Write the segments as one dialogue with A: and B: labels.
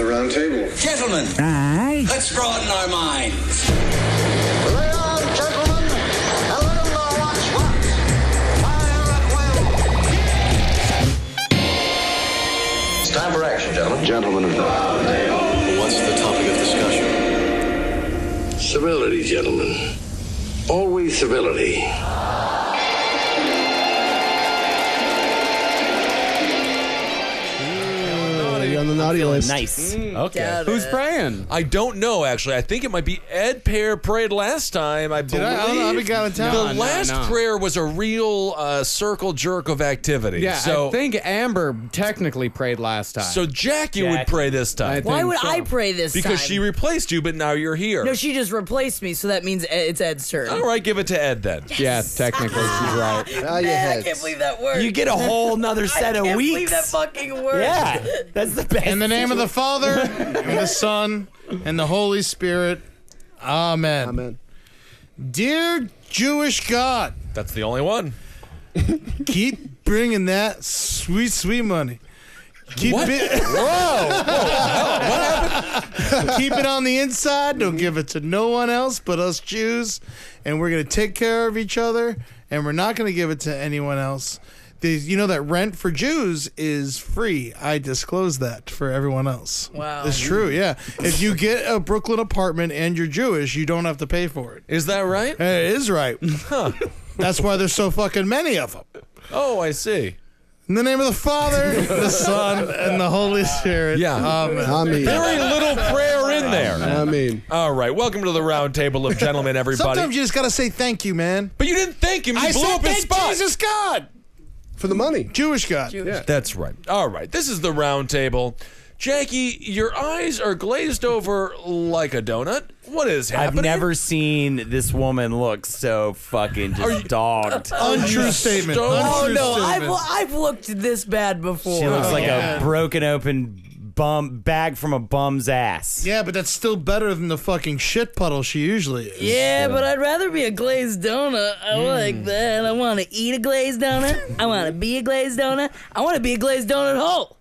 A: round table.
B: Gentlemen,
C: Aye.
B: let's broaden our minds.
D: Lay on, gentlemen, and let 'em know what's what. Fire at will. It's time for action, gentlemen.
A: Gentlemen of the.
E: What's the topic of discussion?
F: Civility, gentlemen. Always civility.
G: You're on the naughty list.
H: Nice.
I: Okay.
H: Who's Brian?
J: I don't know actually. I think it might be Ed Pear prayed last time. I
G: Did
J: believe.
G: I? I don't know. I've been gone in town.
J: the
H: no,
J: last
H: no.
J: prayer was a real uh, circle jerk of activity.
H: Yeah,
J: so
H: I think Amber technically prayed last time.
J: so Jackie would
I: Jackie.
J: pray this
H: I
J: time
H: think
K: Why would
H: so.
K: I pray this
J: because
K: time?
J: she replaced you, but now you're here.
K: no, she just replaced me, so that means Ed- it's Ed's turn.
J: All right, give it to Ed then.
H: Yeah, technically she's right.
G: Bow your
K: Man, I
G: heads.
K: can't believe that word.
I: You get a whole nother set
K: I
I: of
K: can't believe
I: weeks.
K: that fucking word.
I: yeah, that's the best.
F: In the name of the Father, and the Son, and the Holy Spirit. Amen.
G: Amen.
F: Dear Jewish God,
J: That's the only one.
F: keep bringing that sweet, sweet money. Keep
J: What?
F: it. Keep it on the inside. Don't give it to no one else but us Jews. And we're going to take care of each other. And we're not going to give it to anyone else. The, you know that rent for Jews is free. I disclose that for everyone else.
K: Wow.
F: It's true, yeah. If you get a Brooklyn apartment and you're Jewish, you don't have to pay for it.
J: Is that right?
F: And it is right. That's why there's so fucking many of them.
J: Oh, I see.
F: In the name of the Father, the Son, and the Holy Spirit.
J: Yeah.
F: Amen.
G: I mean,
J: Very little prayer in there.
G: I mean,
J: All right, welcome to the round table of gentlemen, everybody.
F: Sometimes you just got to say thank you, man.
J: but you didn't thank him. You
F: I
J: blew
F: said
J: up his
F: thank
J: spot.
F: Jesus God.
G: for the money.
F: Jewish God.
J: That's right. All right. This is the round table. Jackie, your eyes are glazed over like a donut. What is
I: I've
J: happening?
I: never seen this woman look so fucking just dogged.
F: Untrue statement.
J: stole-
F: Untrue
K: Oh no, I've,
F: statement.
K: I've looked this bad before.
I: She looks like a broken open bum bag from a bum's ass.
F: Yeah, but that's still better than the fucking shit puddle she usually is.
K: Yeah, but I'd rather be a glazed donut. I
I: Mm.
K: like that. I want to eat a glazed donut. I want to be a glazed donut. I want to be a glazed donut whole.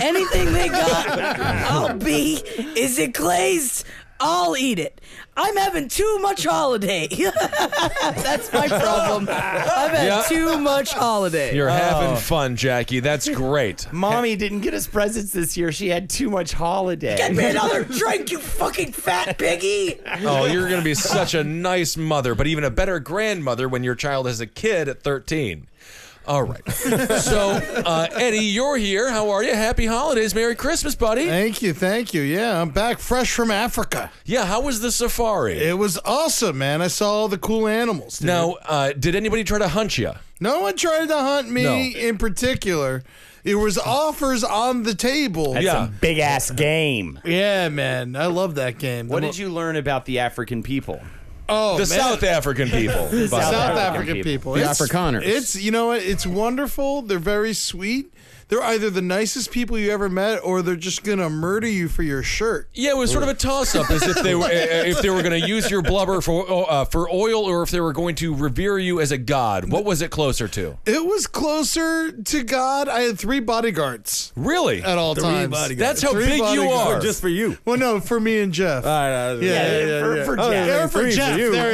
K: Anything they got, I'll be. Is it glazed? I'll eat it. I'm having too much holiday. That's my problem. I've had
J: Yeah.
K: too much holiday.
I: Oh.
J: You're having fun, Jackie. That's great.
I: Mommy didn't get us presents this year. She had too much holiday.
K: Get me another drink, you fucking fat piggy.
J: Oh, you're going to be such a nice mother, but even a better grandmother when your child has a kid at 13. All right. So, uh, Eddie, you're here. How are you? Happy holidays. Merry Christmas, buddy.
F: Thank you, thank you. Yeah, I'm back fresh from Africa.
J: Yeah, how was the safari?
F: It was awesome, man. I saw all the cool animals. dude.
J: Now, uh, did anybody try to hunt you?
F: No one tried to hunt me
J: No.
F: in particular. There was offers on the table.
I: That's
J: Yeah.
I: a big ass game.
F: Yeah, man. I love that game.
I: What did you learn about the African people?
F: Oh,
J: The
F: man.
J: South African people. by the
F: South,
J: way.
I: African
F: African,
I: people.
F: people.
H: The
F: It's-
H: Afrikaners.
F: It's you know what? It's wonderful. They're very sweet. They're either the nicest people you ever met, or they're just gonna murder you for your shirt.
J: Yeah, it was sort of a toss-up, as if they were uh, if they were going to use your blubber for uh, for oil, or if they were going to revere you as a god. What was it closer to?
F: It was closer to God. I had three bodyguards
J: Really?
F: at all times.
J: That's how
F: Three
J: big you
F: bodyguards.
J: are.
H: for you.
F: Well, no, for me and Jeff.
I: Uh,
F: yeah, yeah,
I: for-
F: yeah.
I: for
F: Oh,
I: Jeff.
F: yeah, for
H: Three for
F: Jeff.
H: you.
F: There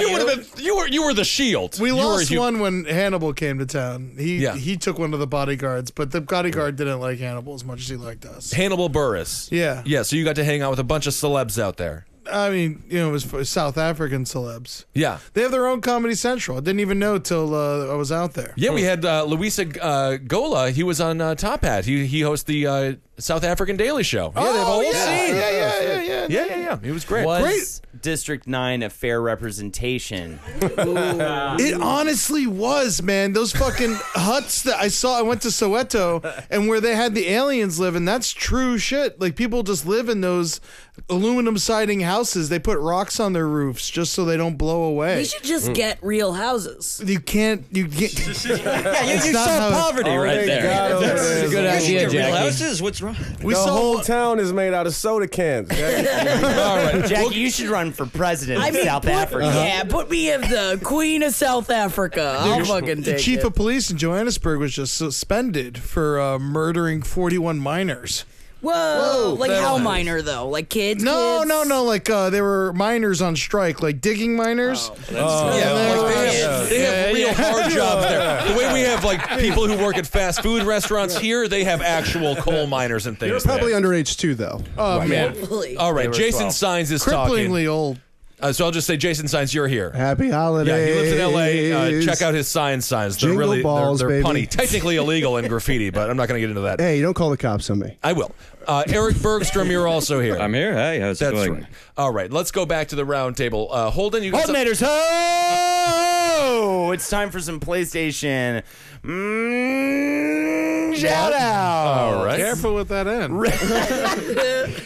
F: is.
J: you would have been. You were you were the shield.
F: We
J: You were
F: lost
J: a hu-
F: one when Hannibal came to town. He
J: Yeah.
F: he took one of the bodyguards, but the bodyguard didn't like Hannibal as much as he liked us.
J: Hannibal Burris.
F: Yeah.
J: Yeah. So you got to hang out with a bunch of celebs out there.
F: I mean, you know, it was for South African celebs.
J: Yeah.
F: They have their own Comedy Central. I didn't even know till uh, I was out there.
J: Yeah, we had uh, Luisa uh, Gola. He was on uh, Top Hat. He he hosts the uh, South African Daily Show. Yeah, they have a whole
F: Oh, yeah,
J: scene.
F: yeah, yeah, yeah, yeah.
J: Yeah, yeah, yeah. It was great.
I: Was District 9 a fair representation?
F: It honestly was, man. Those fucking huts that I saw. I went to Soweto and where they had the aliens live, and that's true shit. Like people just live in those aluminum siding houses. They put rocks on their roofs just so they don't blow
K: We
F: away.
K: should just get real houses.
F: you can't. You can't.
H: Yeah, you,
F: It's not how-
H: oh, right there.
G: That's
H: a good idea, Jackie.
B: Houses? What's wrong?
F: We saw
G: town is made out of soda cans.
J: All right.
I: Jackie, you should run for president
K: I
I: of
K: mean,
I: South
K: put,
I: Africa.
K: yeah, put me in the queen of South Africa. I'll fucking
F: the
K: take
F: chief
K: it.
F: of police in Johannesburg was just suspended for uh, murdering 41 minors.
K: Whoa, like
J: That'll
K: how
J: happen.
K: minor though? Like kids?
F: No,
K: kids?
F: no, no. Like uh, there were miners on strike, like digging miners.
J: Yeah,
F: Oh,
J: like they have, they have real hard jobs there. The way we have like people who work at fast food restaurants here, they have actual coal miners and things.
G: You're probably
J: there.
G: underage too, though.
F: Oh, man.
K: Holy.
J: All
I: They
J: right,
I: were
J: Jason
I: 12.
J: Signs is talking.
F: Cripplingly old.
J: Uh, so I'll just say, Jason Signs, you're here.
G: Happy holidays.
J: Yeah, he lives in L.A. Uh, check out his sign signs. They're
G: Jingle
J: really
G: balls,
J: they're, they're
G: baby.
J: punny, technically illegal in graffiti, but I'm not going to get into that.
G: Hey, you don't call the cops on me.
J: I will. Uh, Eric Bergstrom, you're also here.
H: I'm here. Hey, how's
J: That's
H: it going?
J: right. All right, let's go back to the round table. Uh, Holden, you got some-
I: Alternators, ho! It's time for some PlayStation. Mm, shout out.
J: All right.
F: Careful with that end.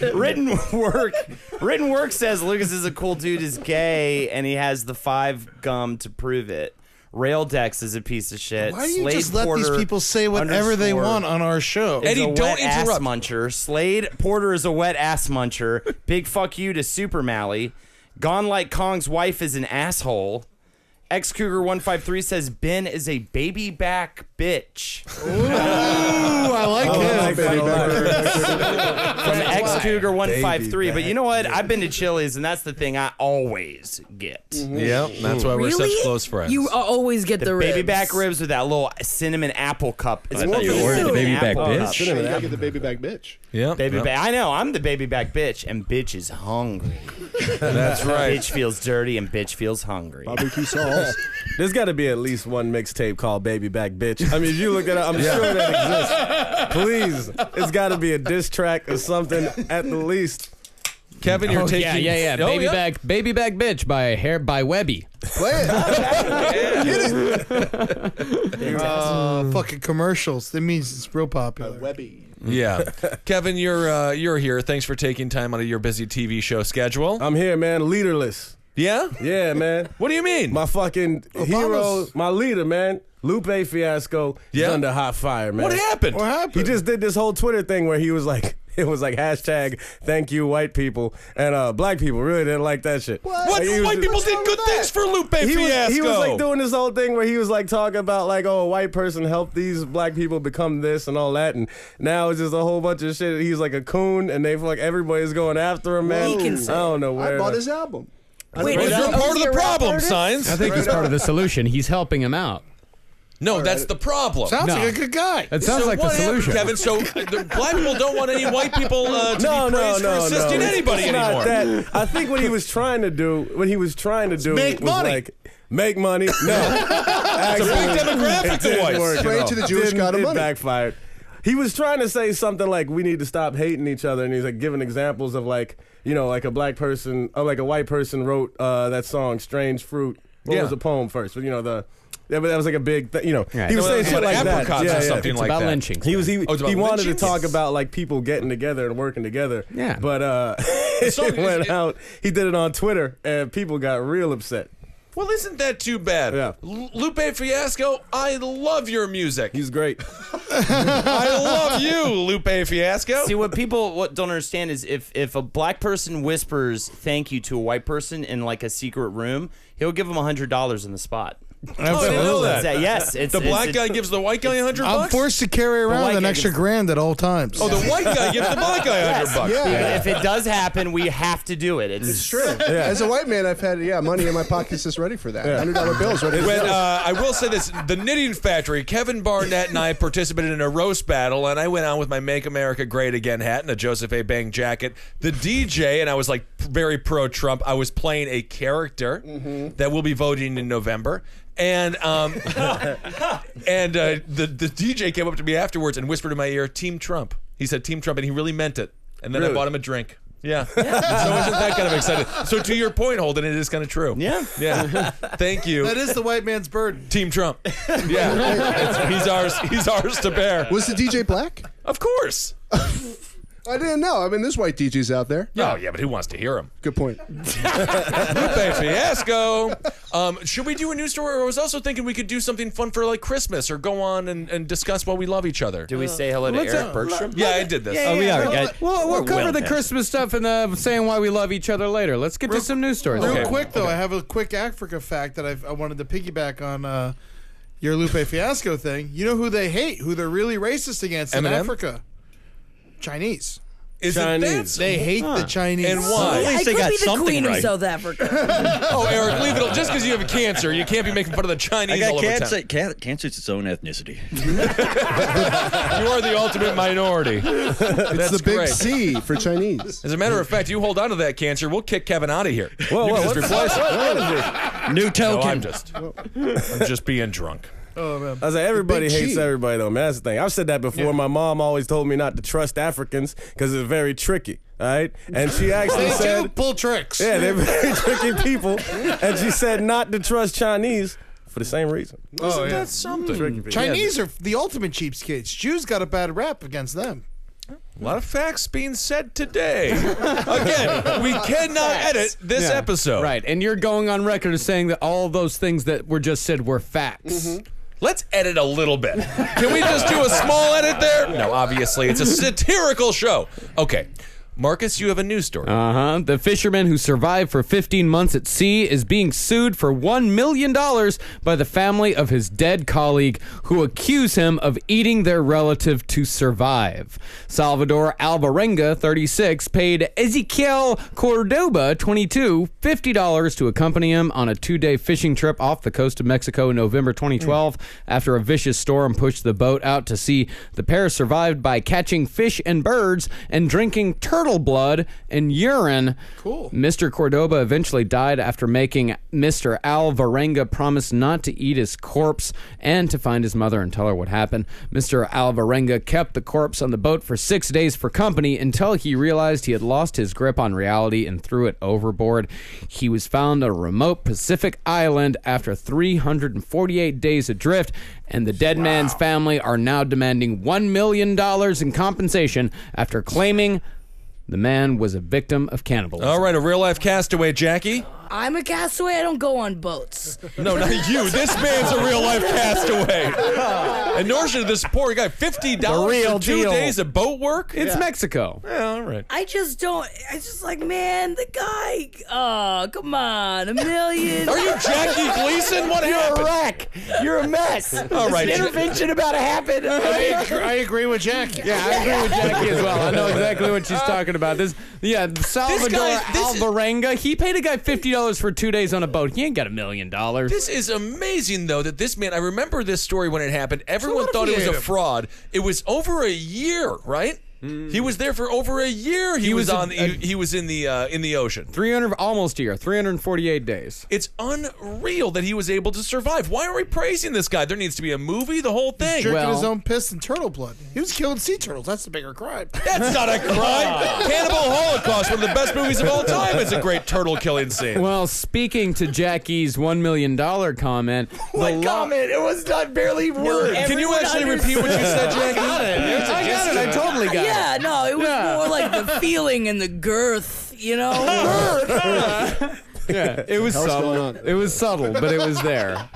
F: Oh.
I: Written work. Written work says Lucas is a cool dude. Is gay and he has the five gum to prove it. Raildex is a piece of shit.
F: Why do you
I: Slade
F: just let
I: Porter
F: these people say whatever they
I: underscore
F: want on our show?
I: is
J: Eddie,
I: a
J: don't
I: wet ass
J: interrupt.
I: muncher. Slade Porter is a wet ass muncher. Big fuck you to Super Mally. Gone like Kong's wife is an asshole. X Cougar one five three says Ben is a baby back bitch.
F: Ooh, I like him.
G: Baby back.
I: From X Cougar one five three. But you know what? I've been to Chili's and that's the thing I always get.
J: Yeah, that's why we're
K: really?
J: such close friends.
K: You are- always get the, ribs.
I: Baby back ribs with that little cinnamon apple cup. It's
H: I
I: more
H: thought you
I: than
H: ordered
I: cinnamon
H: baby back
I: apple
H: bitch.
I: cup.
G: You gotta get the baby back bitch.
J: yeah,
I: Baby
J: yeah.
I: back. I know. I'm the baby back bitch, and bitch is hungry.
J: That's right.
I: Bitch feels dirty, and bitch feels hungry.
G: Barbecue sauce.
A: There's got to be at least one mixtape called Baby Back Bitch. I mean, if you look at it, I'm sure that exists. Please, it's got to be a diss track or something at the least.
J: Kevin, you're taking.
H: Yeah, yeah, yeah.
J: Oh,
H: baby back, baby back, bitch by hair by Webby.
G: Play it.
F: Uh, fucking commercials. That means it's real popular.
G: Webby.
J: Yeah, Kevin, you're uh, you're here. Thanks for taking time out of your busy TV show schedule.
A: I'm here, man. Leaderless.
J: yeah.
A: Um, Yeah, man.
J: What do you mean?
A: My fucking hero, my leader, man. Lupe Fiasco is
J: Yeah.
A: under hot fire, man.
J: what happened?
F: What happened?
A: He just did this whole Twitter thing where he was like, it was like hashtag thank you white people and uh, black people really didn't like that shit.
J: What?
A: Like, he was just-
J: White people did good things for Lupe
A: he
J: Fiasco.
A: was, he was like doing this whole thing where he was like talking about like oh a white person helped these black people become this and all that and now it's just a whole bunch of shit he's like a coon and they like everybody's going after him man
K: He can
F: Oh.
A: i
K: say
A: don't know where
G: I bought his album.
K: Wait,
J: Well,
K: is
J: you're
K: that-
J: part of
K: is he
J: the
K: a rap
J: problem,
K: artist?
J: signs.
H: I think he's part of the solution. He's helping him out.
J: No, that's the problem.
F: Sounds
H: No.
F: like a good guy.
H: That sounds
J: so
H: like the
J: what happened,
H: solution.
J: Kevin. So the black people don't want any white people uh, to
A: no,
J: be
A: no,
J: praised
A: no,
J: for assisting
A: no.
J: anybody
A: it's Not
J: anymore.
A: that. I think what he was trying to do, what he was trying to do,
F: make
A: was
F: money.
A: like make money. No, it's
J: big demographic
A: it didn't
J: voice.
A: work at
G: Straight
A: all.
G: to the Jewish
A: Didn't-
G: God of
A: it
G: money.
A: backfired. He was trying to say something like we need to stop hating each other, and he's like giving examples of like you know like a black person, or like a white person wrote uh, that song "Strange Fruit." What
J: Yeah.
A: was the poem first? But you know the. Yeah, but that was like a big, th- you know.
H: Right.
A: He was
J: Well,
A: saying
J: it's
A: shit
J: about
A: like that.
J: apricots
A: Yeah, yeah.
J: or something
H: It's
J: like
H: about
J: that.
H: lynchings.
A: He was he,
J: Oh, it's about
A: he wanted to
J: lynchings?
A: talk about like people getting together and working together.
H: Yeah.
A: But uh it
J: song is-
A: went
J: it-
A: out. He did it on Twitter and people got real upset.
J: Well, isn't that too bad?
A: Yeah.
J: L- Lupe Fiasco, I love your music.
A: He's great.
J: I love you, Lupe Fiasco.
I: See what people what don't understand is if if a black person whispers thank you to a white person in like a secret room, he'll give him hundred dollars in the spot.
J: Oh, I didn't know
I: Is
J: that.
I: that- yes, it's
J: The
I: it's-
J: black
I: it's-
J: guy gives the white guy a hundred
F: I'm
J: bucks.
F: forced to carry
I: white
F: around an
I: guy
F: extra
I: gets-
F: grand at all times.
J: oh, the white guy gives the black guy a hundred bucks.
I: If it does happen, we have to do it. It's,
G: True. As a white man, I've had yeah money in my pockets that's ready for that. Hundred dollar bills ready. For
J: When,
G: that.
J: uh, I will say this: the Knitting Factory. Kevin Barnett and I participated in a roast battle, and I went on with my "Make America Great Again" hat and a Joseph A. Bang jacket. The DJ and I was like very pro Trump. I was playing a character that will be voting in November. And um, and uh, the the DJ came up to me afterwards and whispered in my ear, "Team Trump." He said, "Team Trump," and he really meant it. And then I
A: Really?
J: bought him a drink. Yeah. so isn't that kind of excited? So to your point, Holden, it is kind of true.
I: Yeah.
J: Yeah. Thank you.
F: that is the white man's burden.
J: Team Trump. Yeah, It's- he's ours. He's ours to bear.
G: was the DJ black?
J: Of course.
G: I didn't know. I mean, there's white DJs out there.
J: Oh yeah, but who wants to hear him?
G: Good point.
J: Lupe Fiasco. Um, should we do a news story? Or I was also thinking we could do something fun for like Christmas, or go on and, and discuss why we love each other.
I: do we say hello to Eric Bergstrom?
J: yeah, I did this.
H: Oh, we are. guys.
I: Well,
H: We'll, we'll
I: we're
H: cover
I: well
H: the
I: done.
H: Christmas stuff and uh, saying why we love each other later. Let's get to some news stories.
F: Real
J: Okay.
F: quick though, I have a quick Africa fact that I've, I wanted to piggyback on uh, your Lupe Fiasco thing. You know who they hate? Who they're really racist against in
J: Eminem?
F: Africa? Chinese.
J: Is it
A: Chinese.
J: that?
F: They hate the Chinese.
J: And why?
K: I,
J: At
K: I
J: least
K: could be the queen of South Africa.
J: Oh, Eric, leave it alone. Just because you have a cancer, you can't be making fun of the Chinese
C: I got
J: all over
C: cancer. Can, cancer's its own ethnicity.
J: town. You are the ultimate minority. That's
G: It's the big
J: great.
G: C for Chinese.
J: As a matter of fact, you hold on to that cancer, we'll kick Kevin out of here.
A: Whoa,
J: you
A: whoa,
J: can
A: what's-
J: just replace it.
A: Oh, what is it?
C: New
J: No,
C: token.
J: I'm just, I'm just being drunk.
A: I was like, everybody
G: big
A: hates
G: cheat.
A: everybody though, man. That's the thing. I've said that before. My mom always told me not to trust Africans because it's very tricky. All right, and she actually
F: They
A: said,
F: do pull tricks.
A: "Yeah, they're very tricky people," and she said not to trust Chinese for the same reason.
F: Isn't that something?
A: Tricky people.
F: Chinese are the ultimate cheapskates. Jews got a bad rap against them.
J: A lot of facts being said today. Again, we cannot edit this
H: Yeah.
J: episode.
H: Right, and you're going on record as saying that all those things that were just said were facts.
A: Mm-hmm.
J: Let's edit a little bit. Can we just do a small edit there? No, obviously, it's a satirical show. Okay. Marcus, you have a news story.
H: Uh huh. The fisherman who survived for 15 months at sea is being sued for $1 million by the family of his dead colleague who accuse him of eating their relative to survive. Salvador Alvarenga, 36, paid Ezequiel Cordoba, 22, $50 to accompany him on a two day fishing trip off the coast of Mexico in November 2012 after a vicious storm pushed the boat out to sea. The pair survived by catching fish and birds and drinking turtle blood and urine. Cool. Mr. Cordoba eventually died after making Mr. Alvarenga promise not to eat his corpse and to find his mother and tell her what happened. Mr. Alvarenga kept the corpse on the boat for six days for company until he realized he had lost his grip on reality and threw it overboard. He was found on a remote Pacific island after 348 days adrift, and the dead man's family are now demanding $1 million in compensation after claiming the man was a victim of cannibalism.
I: Oh,
J: All right, a real life castaway, Jackie.
K: I'm a castaway. I don't go on boats.
J: No, not you. This man's a real life castaway. And nor should this poor guy fifty dollars
A: real
J: for two
A: deal.
J: days of boat work.
H: It's Mexico.
J: Yeah, all right.
K: I just don't. I just like, man, the guy. Oh, come on, a million.
J: Are you Jackie Gleason? What happened?
I: wreck. You're a mess. All
J: right, Ju-
I: about to happen.
F: I agree, I agree with Jack.
H: Yeah, I agree with Jackie as well. I know exactly what she's talking about. This, yeah, Salvador
J: guy- this is-
H: Alvarenga. He paid a guy fifty dollars for two days on a boat. He ain't got a million dollars.
J: This is amazing, though, that this man. I remember this story when it happened. Everyone thought it was a
F: creative.
J: fraud. It was over a year, right? He was there for over a year. Hmm. He, was,
H: was a-
J: on. the he, he was in the uh, in the ocean.
H: Three hundred, almost a year. Three hundred forty-eight days.
J: It's unreal that he was able to survive. Why are we praising this guy? There needs to be a movie. The whole thing.
F: Drinking
H: Well-
F: his own piss and turtle blood. He was killing sea turtles. That's the bigger crime.
J: That's not a crime. Cannibal Holocaust, one of the best movies of all time. It's a great turtle killing scene.
H: Well, speaking to Jackie's one million dollar comment, the law-
I: comment? It was not barely words.
J: Can you actually repeat what you said, Jackie?
H: I got it. I totally got it.
K: Yeah, no, it was
H: Yeah.
K: more like the feeling and the girth, you know?
H: Yeah, it was
G: hell's going
H: subtle.
G: on?
H: It was subtle, but it was there.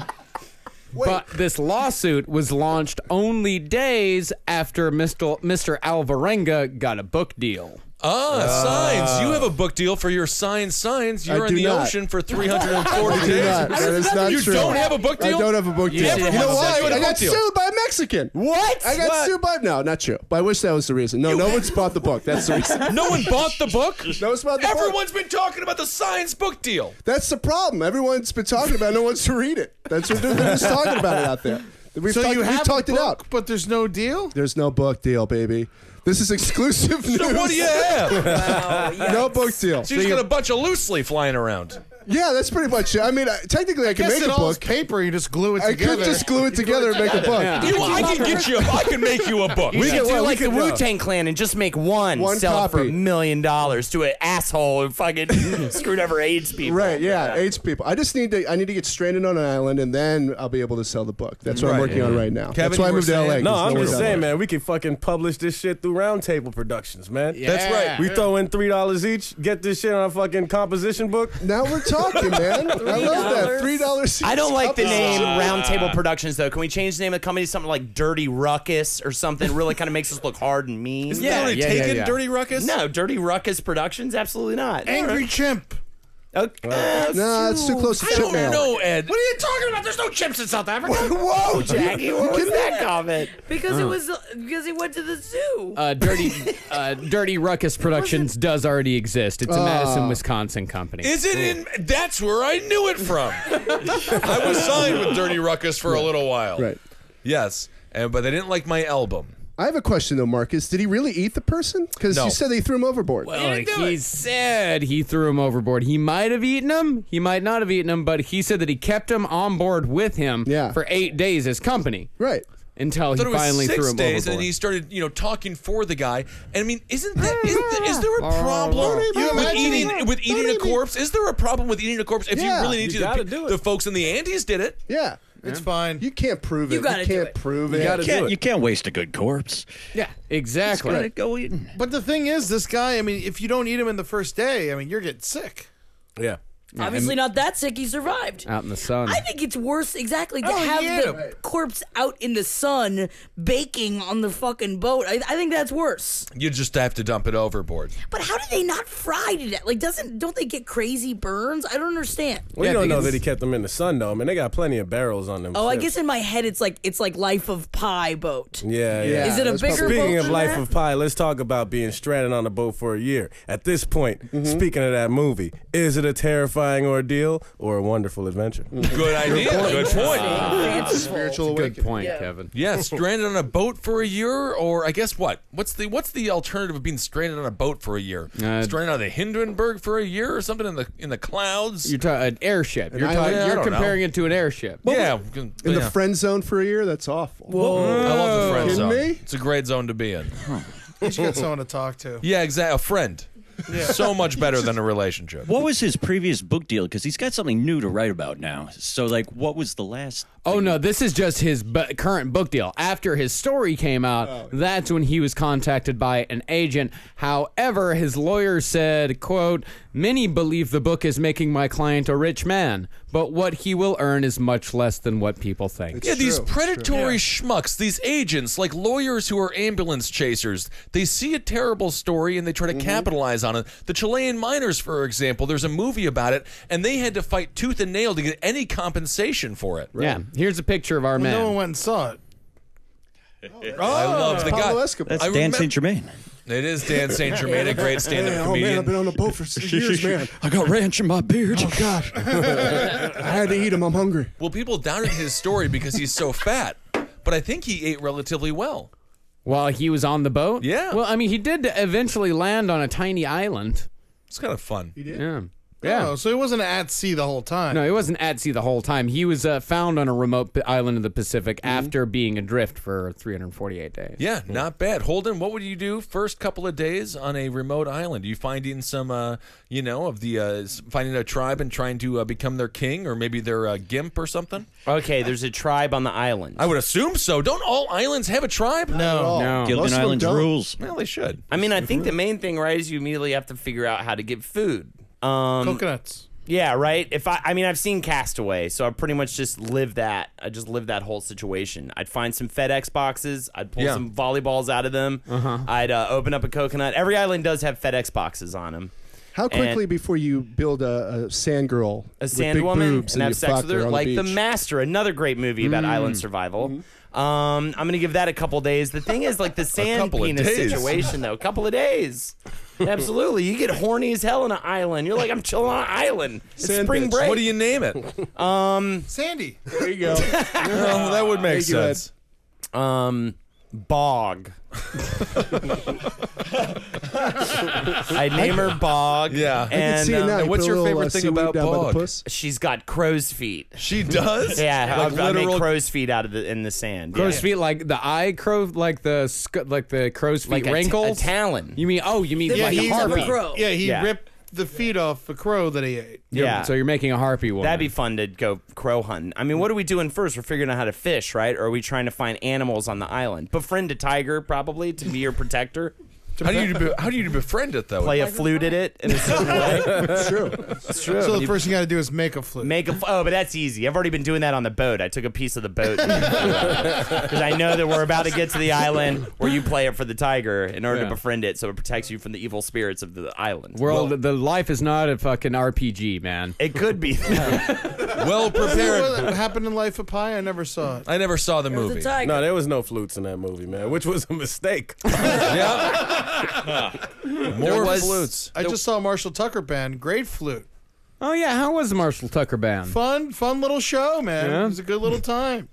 H: But this lawsuit was launched only days after Mr. Mr. Alvarenga got a book deal.
J: Ah, signs. You have a book deal for your sign signs. You're in
G: do
J: the
G: not.
J: ocean for 340
G: Do
J: days.
G: not. That is not
J: You
G: true.
J: don't have a book deal?
G: I don't have a book deal.
J: Everyone
G: You know
J: said
G: why?
J: you had a
G: I
J: book
G: got
J: deal.
G: sued by a Mexican. What? I got
J: What?
G: sued by no, not true. But I wish that was the reason. No, no one's bought the book. That's the reason.
J: No one bought the book.
G: No one's bought the book.
J: Everyone's been talking about the science book deal.
G: That's the problem. Everyone's been talking about. it. No one's to read it. That's what they're just talking about it out there. We've
F: so
G: talked,
F: you
G: we've
F: have the
G: talked it
F: book,
G: out.
F: but there's no deal.
G: There's no book deal, baby. This is exclusive news.
J: So what do you have?
G: No book deal.
J: So you just got a bunch of loose leaf lying around.
G: Yeah, that's pretty much it. I mean, I, technically, I, could
F: Guess
G: make
F: it
G: a
F: all is
G: book.
F: paper. You just glue it
G: I
F: together.
G: could just glue it together and make a book.
J: You, I can get you. A, I can make you a book.
I: We
G: Yeah,
I: could
G: well,
I: do
G: we
I: like the
G: could, uh,
I: Wu Tang Clan and just make one,
G: One
I: sell it for
G: copy.
I: a million dollars to an asshole who fucking screwed over AIDS people.
G: Right, yeah, AIDS people. I just need to. I need to get stranded on an island, and then I'll be able to sell the book. That's what I'm working on right now.
J: Kevin,
G: That's why I
J: you
G: moved to
J: were
G: LA.
J: saying-
G: because
A: No, I'm
G: one's
A: just
G: out
A: saying,
G: there.
A: man, we can fucking publish this shit through Roundtable Productions, man.
J: That's right.
A: We throw in three dollars each, get this shit on a fucking composition book.
G: Now we're talking, man. I love that. Three dollars.
I: I don't like the name Roundtable Productions though. Can we change the name of the company to something like Dirty Ruckus or something? Really kind of makes us look hard and mean.
J: yeah,
H: yeah, yeah,
J: taken
H: yeah.
J: Dirty Ruckus?
I: No, Dirty Ruckus Productions? Absolutely not.
F: Angry chimp.
I: Okay.
G: no, it's too close to
J: I
G: chip
J: don't
G: mail.
J: know, Ed.
I: What are you talking about? There's no chimps in South Africa.
G: Whoa,
I: Jackie, what was that comment?
K: Because it was because he went to the zoo.
H: Uh, Dirty uh, Dirty Ruckus Productions does already exist. It's a Madison, Wisconsin company.
J: Is it in? That's where I knew it from. I was signed with Dirty Ruckus for a little while.
G: Right.
J: Yes, and but they didn't like my album.
G: I have a question though, Marcus. Did he really eat the person? Because
J: No.
G: you said they threw him overboard.
H: Well, Oh, he said he threw him overboard. He might have eaten him. He might not have eaten him, but he said that he kept him on board with him
G: Yeah.
H: for eight days as company
G: right.
H: until
J: I
H: he
J: thought it was
H: finally
J: six
H: threw him
J: days,
H: overboard.
J: and he started, you know, talking for the guy. And I mean, isn't that isn't th- is there a problem
G: You
J: with
G: imagine-
J: eating with eating a
G: Don't even-
J: corpse? Is there a problem with eating a corpse? If
G: Yeah,
J: you really need
A: you
J: to,
A: gotta
J: the, pe-
A: do it.
J: the folks in the Andes did it.
G: Yeah.
F: It's fine.
G: You can't prove it.
K: You gotta do
G: can't
K: it.
G: prove it.
A: You gotta do
C: Can't, you
A: it.
C: can't waste a good corpse.
H: yeah, exactly.
C: Gotta go eating.
F: But the thing is, this guy. I mean, if you don't eat him in the first day, I mean, you're getting sick.
A: Yeah.
K: Obviously not that sick. He survived.
H: Out in the sun.
K: I think it's worse exactly to
F: Oh,
K: have
F: yeah.
K: the corpse out in the sun baking on the fucking boat. I, I think that's worse.
J: You just have to dump it overboard.
K: But how do they not fry to death? Like doesn't don't they get crazy burns? I don't understand.
A: We
H: Yeah,
A: don't know
H: because-
A: that he kept them in the sun though. I mean, they got plenty of barrels on them.
K: Oh, I
A: ships.
K: guess in my head it's like it's like life of pie boat.
A: Yeah, yeah.
K: Is it a
G: that's
K: bigger
G: probably-
K: boat
A: Speaking of
K: than
A: Life
K: that?
A: of Pi, let's talk about being stranded on a boat for a year. At this point,
I: Mm-hmm.
A: speaking of that movie, is it a terrifying ordeal or a wonderful adventure?
J: Good idea. Good point.
G: spiritual
H: Good
G: awakening.
H: point, Kevin.
J: Yeah, stranded on a boat for a year, or I guess what? What's the what's the alternative of being stranded on a boat for a year?
H: Uh,
J: stranded on the Hindenburg for a year, or something in the in the clouds?
H: You're talking an airship. You're,
J: I-
H: ta-
J: yeah, I
H: you're
J: don't know.
H: comparing it to an airship.
J: yeah,
G: In
J: yeah.
G: the friend zone for a year? That's awful.
J: I love the friend
G: Kidding
J: zone.
G: me?
J: It's a great zone to be in.
F: You should get someone to talk to.
J: Yeah, exactly. A friend. So much better than a relationship.
C: What was his previous book deal? Because he's got something new to write about now. So, like, what was the last?
H: Oh no, this is just his bu- current book deal. After his story came out,
F: Oh,
H: that's when he was contacted by an agent. However, his lawyer said, "quote Many believe the book is making my client a rich man, but what he will earn is much less than what people think."
J: Yeah, these predatory schmucks, these agents, like lawyers who are ambulance chasers, they see a terrible story and they
G: Mm-hmm.
J: try to capitalize on it. The Chilean miners, for example, there's a movie about it, and they had to fight tooth and nail to get any compensation for it.
H: Yeah, here's a picture of our man.
F: No one went and saw it.
J: I love
G: Oh,
J: the
G: Pablo
J: guy.
G: Escobar.
J: I
C: That's Dan
J: remem-
C: St. Germain.
J: It is Dan St. Germain, a great stand up
G: Man, oh man, I've
J: comedian.
G: been on a boat for six years, man.
C: I got ranch in my beard.
G: Oh gosh, I had to eat him. I'm hungry.
J: well, people doubted his story because he's so fat, but I think he ate relatively well.
H: While he was on the boat?
J: Yeah.
H: Well, I mean, he did eventually land on a tiny island.
J: It's kind of fun.
H: Yeah. Yeah.
F: Oh, so he wasn't at sea the whole time.
H: No, he wasn't at sea the whole time. He was uh, found on a remote p- island of the Pacific
F: Mm-hmm.
H: after being adrift for 348 days.
J: Yeah, not bad. Holden, what would you do first couple of days on a remote island? You finding some, uh, you know, of the uh, s- finding a tribe and trying to uh, become their king or maybe their uh, gimp or something?
I: Okay, there's a tribe on the island.
J: I would assume so. Don't all islands have a tribe?
F: Oh,
J: No.
H: No.
G: Most
C: Gilligan
G: of them
C: Islands
G: don't.
C: rules.
J: Well, they should.
I: I mean, I think the main thing, right, is you immediately have to figure out how to get food. Um,
F: Coconuts.
I: Yeah, right. If I, I mean, I've seen Castaway, so I pretty much just live that. I just live that whole situation. I'd find some FedEx boxes. I'd pull
J: Yeah. Uh-huh.
I: some volleyballs out of them. I'd uh, open up a coconut. Every island does have FedEx boxes on them.
G: How quickly before you build a, a sand girl,
I: A
G: with
I: sand
G: big
I: woman
G: boobs
I: and
G: you
I: have sex
G: fuck
I: with her,
G: on
I: like the,
G: beach?
I: Master, another great movie about island survival. Um, I'm gonna give that a couple days. The thing is, like the sand
J: couple of
I: penis
J: days.
I: situation, though, a couple of days. Absolutely, you get horny as hell on an island. You're like, I'm chilling on an island. It's
G: Sand
I: spring
G: bitch.
I: break.
J: What do you name it?
F: Sandy.
G: There you go.
J: Well, that would make
G: Thank you, Ed.
J: sense.
I: Um, Bog. I name her Bog.
J: Yeah. I can
I: and
G: See it
I: um,
G: now.
J: and
G: you
J: what's
G: put a
J: your
G: little,
J: favorite
G: uh,
J: thing
G: seaweed
J: about
G: down by the
J: Bog?
G: puss?
I: she's got crow's feet.
J: She does?
I: Yeah,
J: Like
I: I, I make
J: literal-
I: crow's feet out of the in the sand.
H: Crow's
I: yeah.
H: feet like the eye crow, like the sc- like the crow's feet
I: like a ta-
H: wrinkles.
I: a talon.
H: You mean oh, you mean
K: They're
H: like
K: like
H: a
K: a
H: harpy?
K: crow.
F: Yeah, he
I: Yeah.
F: ripped the feet off a crow that he ate.
H: You're-
I: yeah,
H: So you're making a harpy woman.
I: that'd be fun to go crow hunting. I mean, what are we doing first? We're figuring out how to fish, right? Or are we trying to find animals on the island? Befriend a tiger, probably, to be your protector.
J: How do you be, how do you befriend it though?
I: Play a flute at it in a certain way.
J: It's true.
I: It's
J: true.
F: So the first thing you got to do is make a flute.
I: Make a fl- oh, but that's easy. I've already been doing that on the boat. I took a piece of the boat because I know that we're about to get to the island where you play it for the tiger in order
H: Yeah.
I: to befriend it, so it protects you from the evil spirits of the island.
H: World, the life is not a fucking RPG, man.
I: It could be.
J: well
F: What happened in Life of Pi? I never saw it.
J: I never saw the
F: was a
A: movie.
F: tiger.
A: No, there was no flutes in that movie, man, which was a mistake.
F: There was-
A: flutes.
F: I just saw Marshall Tucker Band. Great flute.
H: Oh yeah, how was the Marshall Tucker band?
F: Fun, fun little show, man.
H: Yeah.
F: It was a good little time.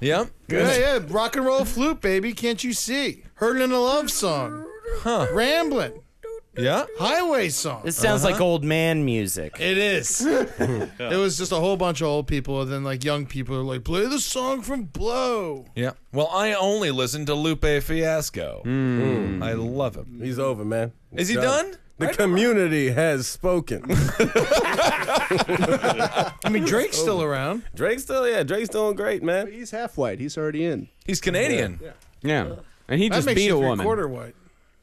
J: Yeah.
F: Yeah, yeah. Rock and roll flute, baby. Can't you see? Hurting in a love song. Huh. Rambling.
J: Yeah.
F: Highway song.
I: This sounds
H: Uh-huh.
I: like old man music.
F: It is. it was just a whole bunch of old people, and then like young people are like, play the song from Blow.
J: Yeah. Well, I only listen to Lupe Fiasco.
F: Hmm.
A: Mm.
J: I love him.
A: He's over, man.
J: Is he done?
A: The community has spoken.
F: I mean, Drake's still around.
A: Drake's still, yeah, Drake's doing great, man.
G: He's half white. He's already in.
J: He's Canadian. Yeah.
H: Yeah. And he
F: That
H: just
F: makes
H: beat
F: you
H: a woman.
F: three-quarter white.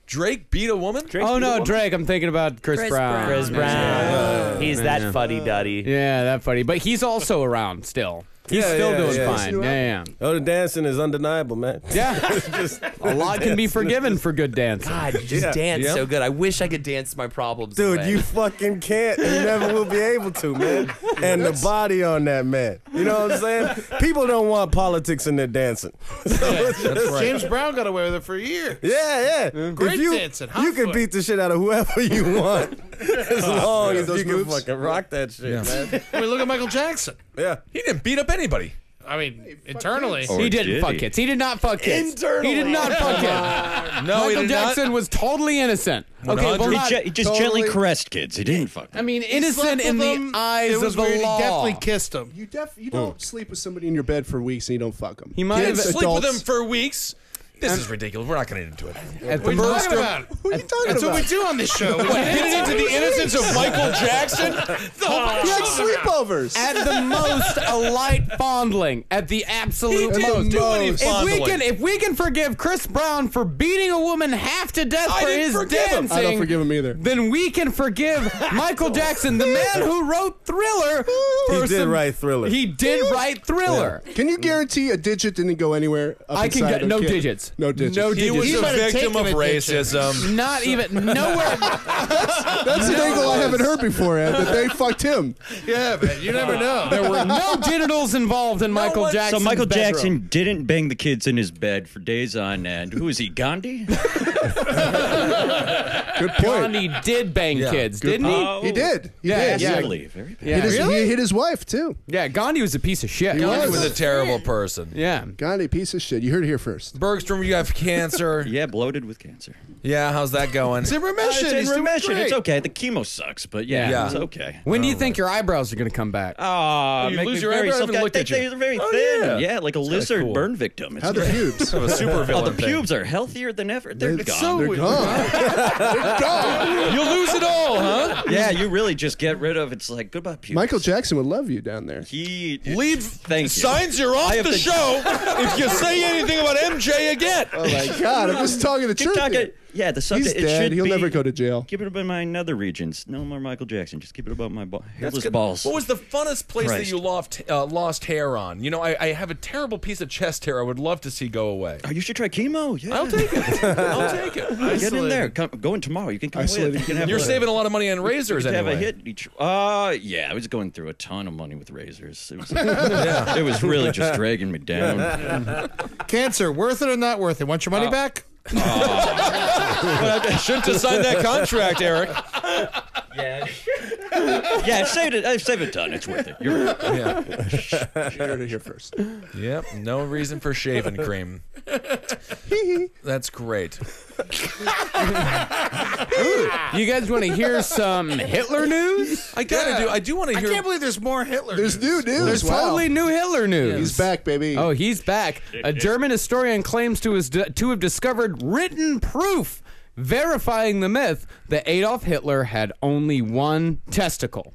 J: Drake beat a woman?
H: oh no, Drake! I'm thinking about Chris,
I: Chris
H: Brown.
I: Brown. Chris Brown. He's that fuddy duddy.
H: Yeah, that funny. But he's also around still. He's still doing fine. Yeah, yeah.
A: Oh, the dancing is undeniable, man.
H: Yeah.
A: Just-
H: A lot can be
A: Dancing is
H: forgiven for good dancing.
I: God, you just
A: Yeah.
I: dance
A: Yeah.
I: so good. I wish I could dance my problems.
A: Dude,
I: away.
A: you fucking can't. You never will be able to, man. And the body on that man. You know what I'm saying? People don't want politics in their dancing. So it's just-
F: James Brown got away with it for a year.
A: Yeah, yeah.
F: Great
A: if you,
F: dancing, hot
A: You can
F: foot.
A: beat the shit out of whoever you want. as long as
G: Those
A: you can
G: moves?
A: fucking rock that shit,
J: Yeah.
A: man.
F: I mean, look at Michael Jackson.
A: Yeah.
J: He didn't beat up anybody.
F: I mean, internally.
H: He didn't fuck kids. He did not fuck kids. He did not fuck kids.
J: No, he
H: Michael
J: did
H: Jackson
J: not.
H: was totally innocent. Okay, well,
J: 100.
H: not,
C: He, ju- he just
G: Totally.
C: gently caressed kids. He didn't fuck.
H: I mean,
F: He slept
H: innocent in
F: with
H: the
F: him.
H: eyes
F: It
H: of
F: was
H: the
F: weird. He
H: law.
F: definitely kissed him.
G: You def you don't sleep with somebody in your bed for weeks and you don't fuck them.
H: He might
J: Didn't
H: have
J: sleep with him for weeks. This is ridiculous. We're not going to get into it.
H: at the
F: What are you
H: birth
F: talking about?
G: Who are you talking
F: That's
G: about?
F: what we do on this show. We
J: What,
F: get
J: getting into the innocence of Michael Jackson?
G: We had sleepovers.
H: At the most, a light fondling. At the absolute
G: didn't
H: most.
G: do any
H: if we
J: fondling.
H: can, if we can forgive Chris Brown for beating a woman half to death
J: I
H: for
J: didn't
H: his
J: forgive him.
H: dancing,
G: I don't forgive him either.
H: Then we can forgive Michael Jackson, the man who wrote Thriller. for
A: He did
H: some-
A: write Thriller.
H: He did write Thriller.
G: Can you guarantee a digit didn't go anywhere? up
H: I can
G: inside
H: get
G: of
H: no
G: kid?
H: digits.
G: No digits.
H: No
J: He was
H: digits.
J: a
F: might have
J: victim
F: taken
J: of
F: a picture.
J: racism.
H: Not even nowhere.
G: That's an angle I haven't heard before, Ed, that they fucked him.
F: Yeah, man. You never know.
H: There were no genitals involved in Michael
J: one- So
H: Jackson.
C: So Michael Jackson didn't bang the kids in his bed for days on end. Who is he, Gandhi?
G: Good point.
H: Gandhi did bang kids, didn't he?
C: Oh.
G: He did. He
H: Yeah,
G: did.
H: yeah.
C: Really? Very bad.
G: He,
H: yeah.
G: hit his, he hit his wife, too.
H: Yeah, Gandhi was a piece of shit.
J: He was a terrible person.
H: Yeah.
G: Gandhi, piece of shit. You heard it here first.
J: Bergstrom, you have cancer.
C: Yeah, bloated with cancer.
J: Yeah, how's that going?
F: It's in remission.
C: it's in
F: He's doing
C: remission. It's
F: great.
C: okay. The chemo sucks, but yeah,
J: Yeah.
C: it's okay.
H: When do you think your eyebrows are going to come back?
C: Ah,
J: you
C: make
J: lose
C: me
J: your
C: very
J: eyebrow?
C: self-
J: I haven't
C: God,
J: looked
C: they,
J: at you.
C: They're very
J: Oh, yeah.
C: thin. Yeah, like a
J: That's kinda
C: lizard
J: cool.
C: burn victim. It's
G: How the
C: great.
G: pubes?
J: a supervillain.
C: Oh, the pubes are healthier than ever. They're gone.
F: So
G: They're
F: weird.
G: gone.
J: You'll lose it all, huh?
C: yeah, you really just get rid of. It's like goodbye pubes.
G: Michael Jackson would love you down there.
C: He
J: Leave.
C: Thank you.
J: Signs you're off
C: I have
J: the
C: to-
J: show if you say anything about MJ again.
G: Oh my God! I'm just talking the truth.
C: TikTok,
G: here.
C: yeah, the subject.
G: He's
C: it should
G: dead. He'll
C: be-
G: never go to jail.
C: Keep it about my nether regions. No more Michael Jackson. Just keep it about my ba- hairless
J: good.
C: balls.
J: What was the funnest place that
C: Christ.
J: you lost uh, lost hair on? You know, I, I have a terrible piece of chest hair. I would love to see go away.
C: oh, you should try chemo. Yeah.
J: I'll take it. I'll take it.
C: Get in there. Come, go in tomorrow. You can come with.
G: Isolated.
C: You can have
J: You're
C: a,
J: saving a lot of money on razors
C: you can have
J: anyway.
C: a hit each. Uh, yeah, I was going through a ton of money with razors. It was, it was really just dragging me down.
F: Cancer, worth it or not worth it? Want your money
H: Oh,
F: back?
J: Shouldn't have signed that contract, Eric.
C: yeah, I've saved it. I've saved a ton. It's worth it. You're right.
J: Yeah.
G: You heard it here first.
J: Yep. No reason for shaving cream. That's great.
H: You guys want to hear some Hitler news?
J: I gotta do. I do want to
F: I
J: hear.
F: can't believe there's more Hitler.
G: There's new news.
H: There's
G: wow.
H: totally new Hitler news.
G: He's back, baby.
H: Oh, he's back. A German historian claims to, his to have discovered written proof verifying the myth that Adolf Hitler had only one testicle.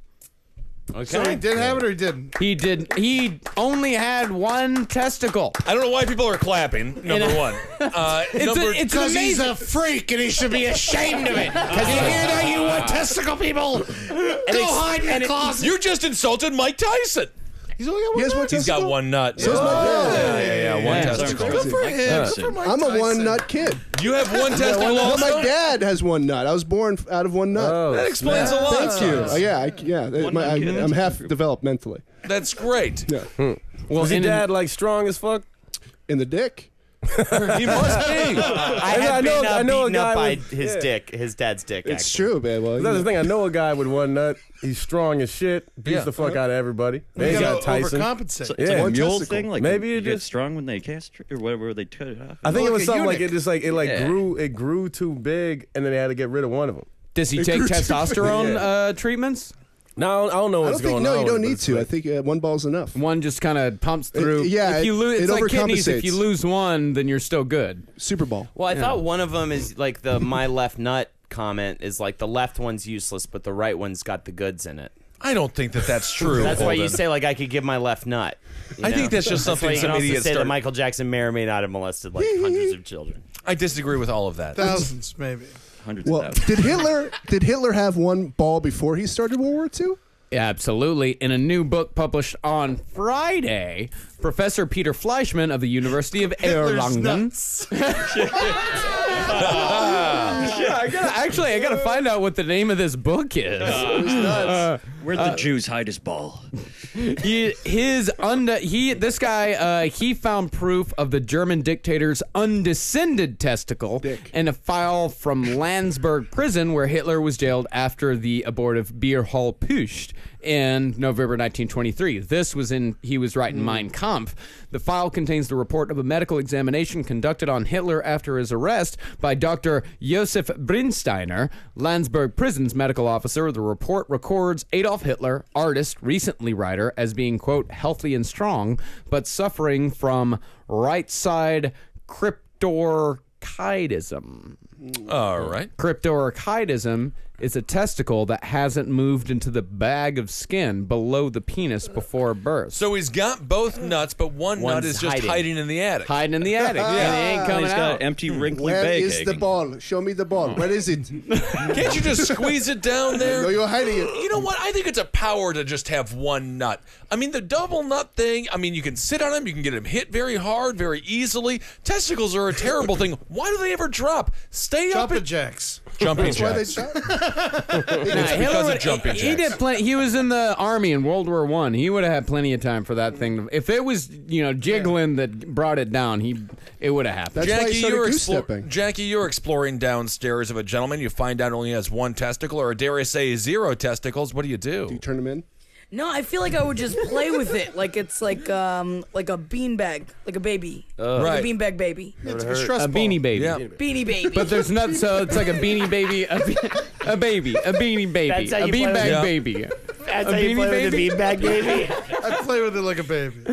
F: Okay. So he did have it or he didn't?
H: He did. He only had one testicle.
J: I don't know why people are clapping. Number
H: And-
J: one. Uh,
H: It's a-
J: number
H: it's Because he's amazing. a
J: freak and he should
H: be ashamed of it.
J: 'Cause
H: you hear
J: that, you
H: want
J: testicle people? Go
D: hide in your closet.
J: You just insulted Mike Tyson.
F: He's only got
J: one. He's got one nut.
G: So is Mike
J: yeah,
G: Tyson.
J: yeah, yeah, yeah, one
G: Yeah.
J: testicle.
G: Good for him.
J: Yeah.
G: Good for Mike I'm a one nut kid.
J: You have one
G: Yeah,
J: testicle
G: nut.
J: also.
G: My dad has one nut. I was born f- out of one nut.
A: Oh,
J: That explains a lot.
G: Thank you. Uh, yeah, I, yeah. uh, my-
J: nut kid,
G: I'm,
J: that's
G: I'm half developed mentally.
J: That's great.
G: Yeah.
H: Well,
A: Was your dad like strong as fuck?
G: In the dick.
J: he must be.
I: I
A: And
I: have
A: I know-
I: been uh,
A: I know a
I: beaten
A: guy
I: up by
A: with-
I: his
A: yeah.
I: dick, his dad's dick.
G: It's true,
I: actually.
G: man. Well,
A: That's
G: you-
A: the thing. I know a guy with one nut. He's strong as shit. Beats
J: Yeah.
A: the fuck out of everybody. They
F: You
A: ain't
F: gotta
A: got Tyson.
F: overcompensate.
C: It's
A: Yeah.
C: like a
A: One
C: mule
A: testicle.
C: thing. Like
A: Maybe
C: you
A: it
C: get
A: just-
C: strong when they castrate or whatever they cut it off.
A: I think
F: Like
A: it was
F: a
A: something like it
F: eunuch.
A: just like it like
C: Yeah.
A: grew it grew too big and then they had to get rid of one of them.
H: Does he take testosterone uh, treatments?
A: Now I don't, I don't know
G: I
A: what's
G: don't think.
A: going
G: No,
A: on.
G: you
A: with
G: don't
A: it, but
G: need
A: it's
G: to. I
A: like-
G: think uh, one ball's enough.
H: One just kind of pumps through.
G: yeah,
H: if you
G: it-
H: lose, it's
G: it
H: like kidneys. If
G: overcompensates.
H: you lose one, then you're still good.
G: Super Bowl.
I: Well, I thought one of them is like the my left nut comment is like the left one's useless, but the right one's got the goods in it.
J: I don't think that that's true.
I: That's why you
J: Holden.
I: say like I could give my left nut. you
J: I
I: know?
J: think that's just
I: That's
J: something
I: why you can
J: some
I: also say
J: idiots
I: that
J: started-
I: Michael Jackson may or may not have molested like hundreds of children.
J: I disagree with all of that.
F: Thousands, maybe.
C: Hundreds
G: Well,
C: of thousands.
G: did Hitler did Hitler have one ball before he started World War II?
H: Yeah, absolutely. In a new book published on Friday, Professor Peter Fleischman of the University of Erlangen. Yeah, I gotta, actually, I gotta find out what the name of this book is.
C: Where'd the Jews hide his ball?
H: he, his unde- he this guy uh, he found proof of the German dictator's undescended testicle in a file from Landsberg prison where Hitler was jailed after the abortive Beer Hall Putsch in November 1923. This was in he was writing Mein Kampf. The file contains the report of a medical examination conducted on Hitler after his arrest by Dr. Josef Brinsteiner, Landsberg Prison's medical officer. The report records Adolf Hitler, artist, recently writer, as being, quote, healthy and strong, but suffering from right side cryptorchidism.
J: all right.
H: Cryptorchidism is a testicle that hasn't moved into the bag of skin below the penis before birth.
J: So he's got both nuts, but one nut
I: One's
J: is just hiding.
I: hiding.
J: in the attic.
H: hiding in the attic. and it ain't
C: And
H: coming
C: he's got
H: out.
C: an empty wrinkly
G: Where
C: bag.
G: is the
C: hanging.
G: ball? Show me the ball. Where is it?
J: Can't you just squeeze it down there?
G: no, you're hiding it.
J: You know what? I think it's a power to just have one nut. I mean, the double nut thing, I mean, you can sit on him, you can get him hit very hard, very easily. Testicles are a terrible thing. Why do they ever drop? Stay up
F: Jumper
J: and
F: jacks.
J: jumping
G: That's why they
J: jacks. It's
H: Hitler
J: because
H: would-
J: of jumping
I: e-,
H: he,
J: jacks.
H: he did plenty. He was in the army in World War One. He would have had plenty of time for that thing. To, if it was you know jiggling that brought it down, he it would have
G: That's
H: happened.
G: why
J: Jackie,
G: he started
J: you're
G: goose
J: explor-
G: stepping.
J: Jackie, you're exploring downstairs of a gentleman. You find out only has one testicle, or dare I say, zero testicles. What do you do?
G: You turn him in.
K: No, I feel like I would just play with it, like it's like um like a beanbag, like a baby,
I: Uh,
K: like
J: Right.
K: a beanbag baby,
F: It's a stress
H: a
F: ball.
H: beanie baby.
J: Yeah.
K: beanie baby.
H: But there's not so it's like a beanie baby, a, be- a baby, a beanie baby,
I: That's how
H: a
I: you play with
H: beanbag
J: it. Yeah.
H: baby.
I: That's
H: A
I: how you
H: beanie baby?
I: play with a beanbag baby.
F: I play with it like a baby.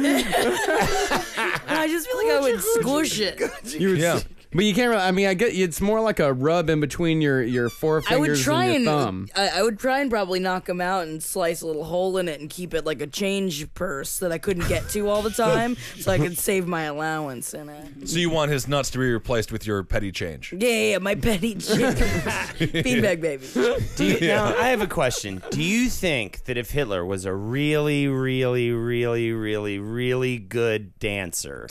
K: And I just feel like I would squish it.
H: You would,
J: Yeah.
H: But you can't. Really, I mean, I get it's more like a rub in between your your
K: I would
H: forefingers
K: try
H: and
K: and
H: your thumb.
K: I, I would try and probably knock him out and slice a little hole in it and keep it like a change purse that I couldn't get to all the time, so I could save my allowance in it.
J: So you want his nuts to be replaced with your petty change?
K: Yeah, yeah, yeah my petty chick. beanbag baby.
I: Do you, Now, I have a question. Do you think that if Hitler was a really, really, really, really, really good dancer,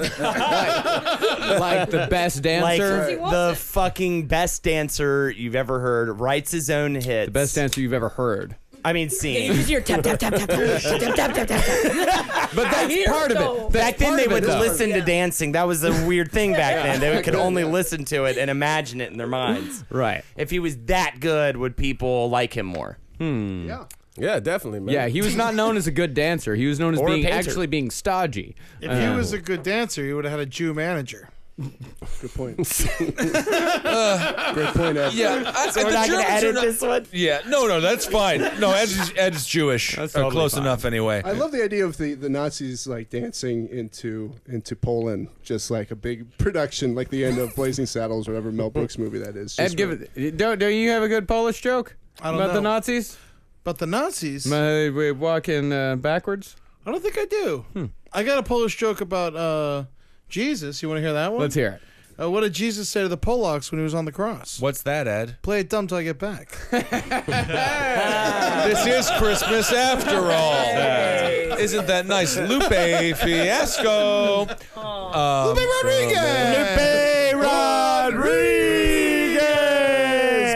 H: like the best
I: like
H: dancer,
I: the fucking best dancer you've ever heard, writes his own hits,
H: the best dancer you've ever heard.
I: I mean,
K: Yeah, you
I: scenes.
K: just hear tap tap tap tap tap tap tap tap tap tap.
H: But that's
K: hear
H: part of
K: so-
H: it. That's
I: Back then,
H: part
I: they
H: of it,
I: would
H: though.
I: listen to
K: Yeah.
I: dancing. That was a weird thing back then. They could only listen to it and imagine it in their minds.
H: Right.
I: If he was that good, would people like him more?
G: Yeah.
A: yeah, definitely, man.
H: Yeah, he was not known as a good dancer. He was known as
I: Or a
H: being
I: painter.
H: actually being stodgy. Uh,
F: If he was a good dancer, he would have had a Jew manager.
G: Good point. Great point. Ed.
J: Yeah, I,
I: So
J: the
I: we're not going to
J: Germans are
I: edit
J: not-
I: this one.
J: Yeah, no, no, that's fine. No, Ed's, Ed's Jewish. That's
I: totally
J: close
I: fine.
J: enough anyway.
G: I love the idea of the, the Nazis like dancing into into Poland, just like a big production, like the end of Blazing Saddles, whatever Mel Brooks movie that is.
H: Ed,
G: Just
H: give
G: where-
H: it. Don't, don't you have a good Polish joke
F: I don't
H: about the
F: know.
H: Nazis?
F: About the Nazis?
H: My, we're walking uh, backwards.
F: I don't think I do. I got a Polish joke about uh, Jesus. You want to hear that one?
H: Let's hear
F: it. Uh, what did Jesus say to the Polacks when he was on the cross?
J: What's that, Ed?
F: Play it dumb till I get back.
J: this is Christmas after all. Isn't that nice? Lupe Fiasco. Um,
F: Lupe Rodriguez. Lupe Rodriguez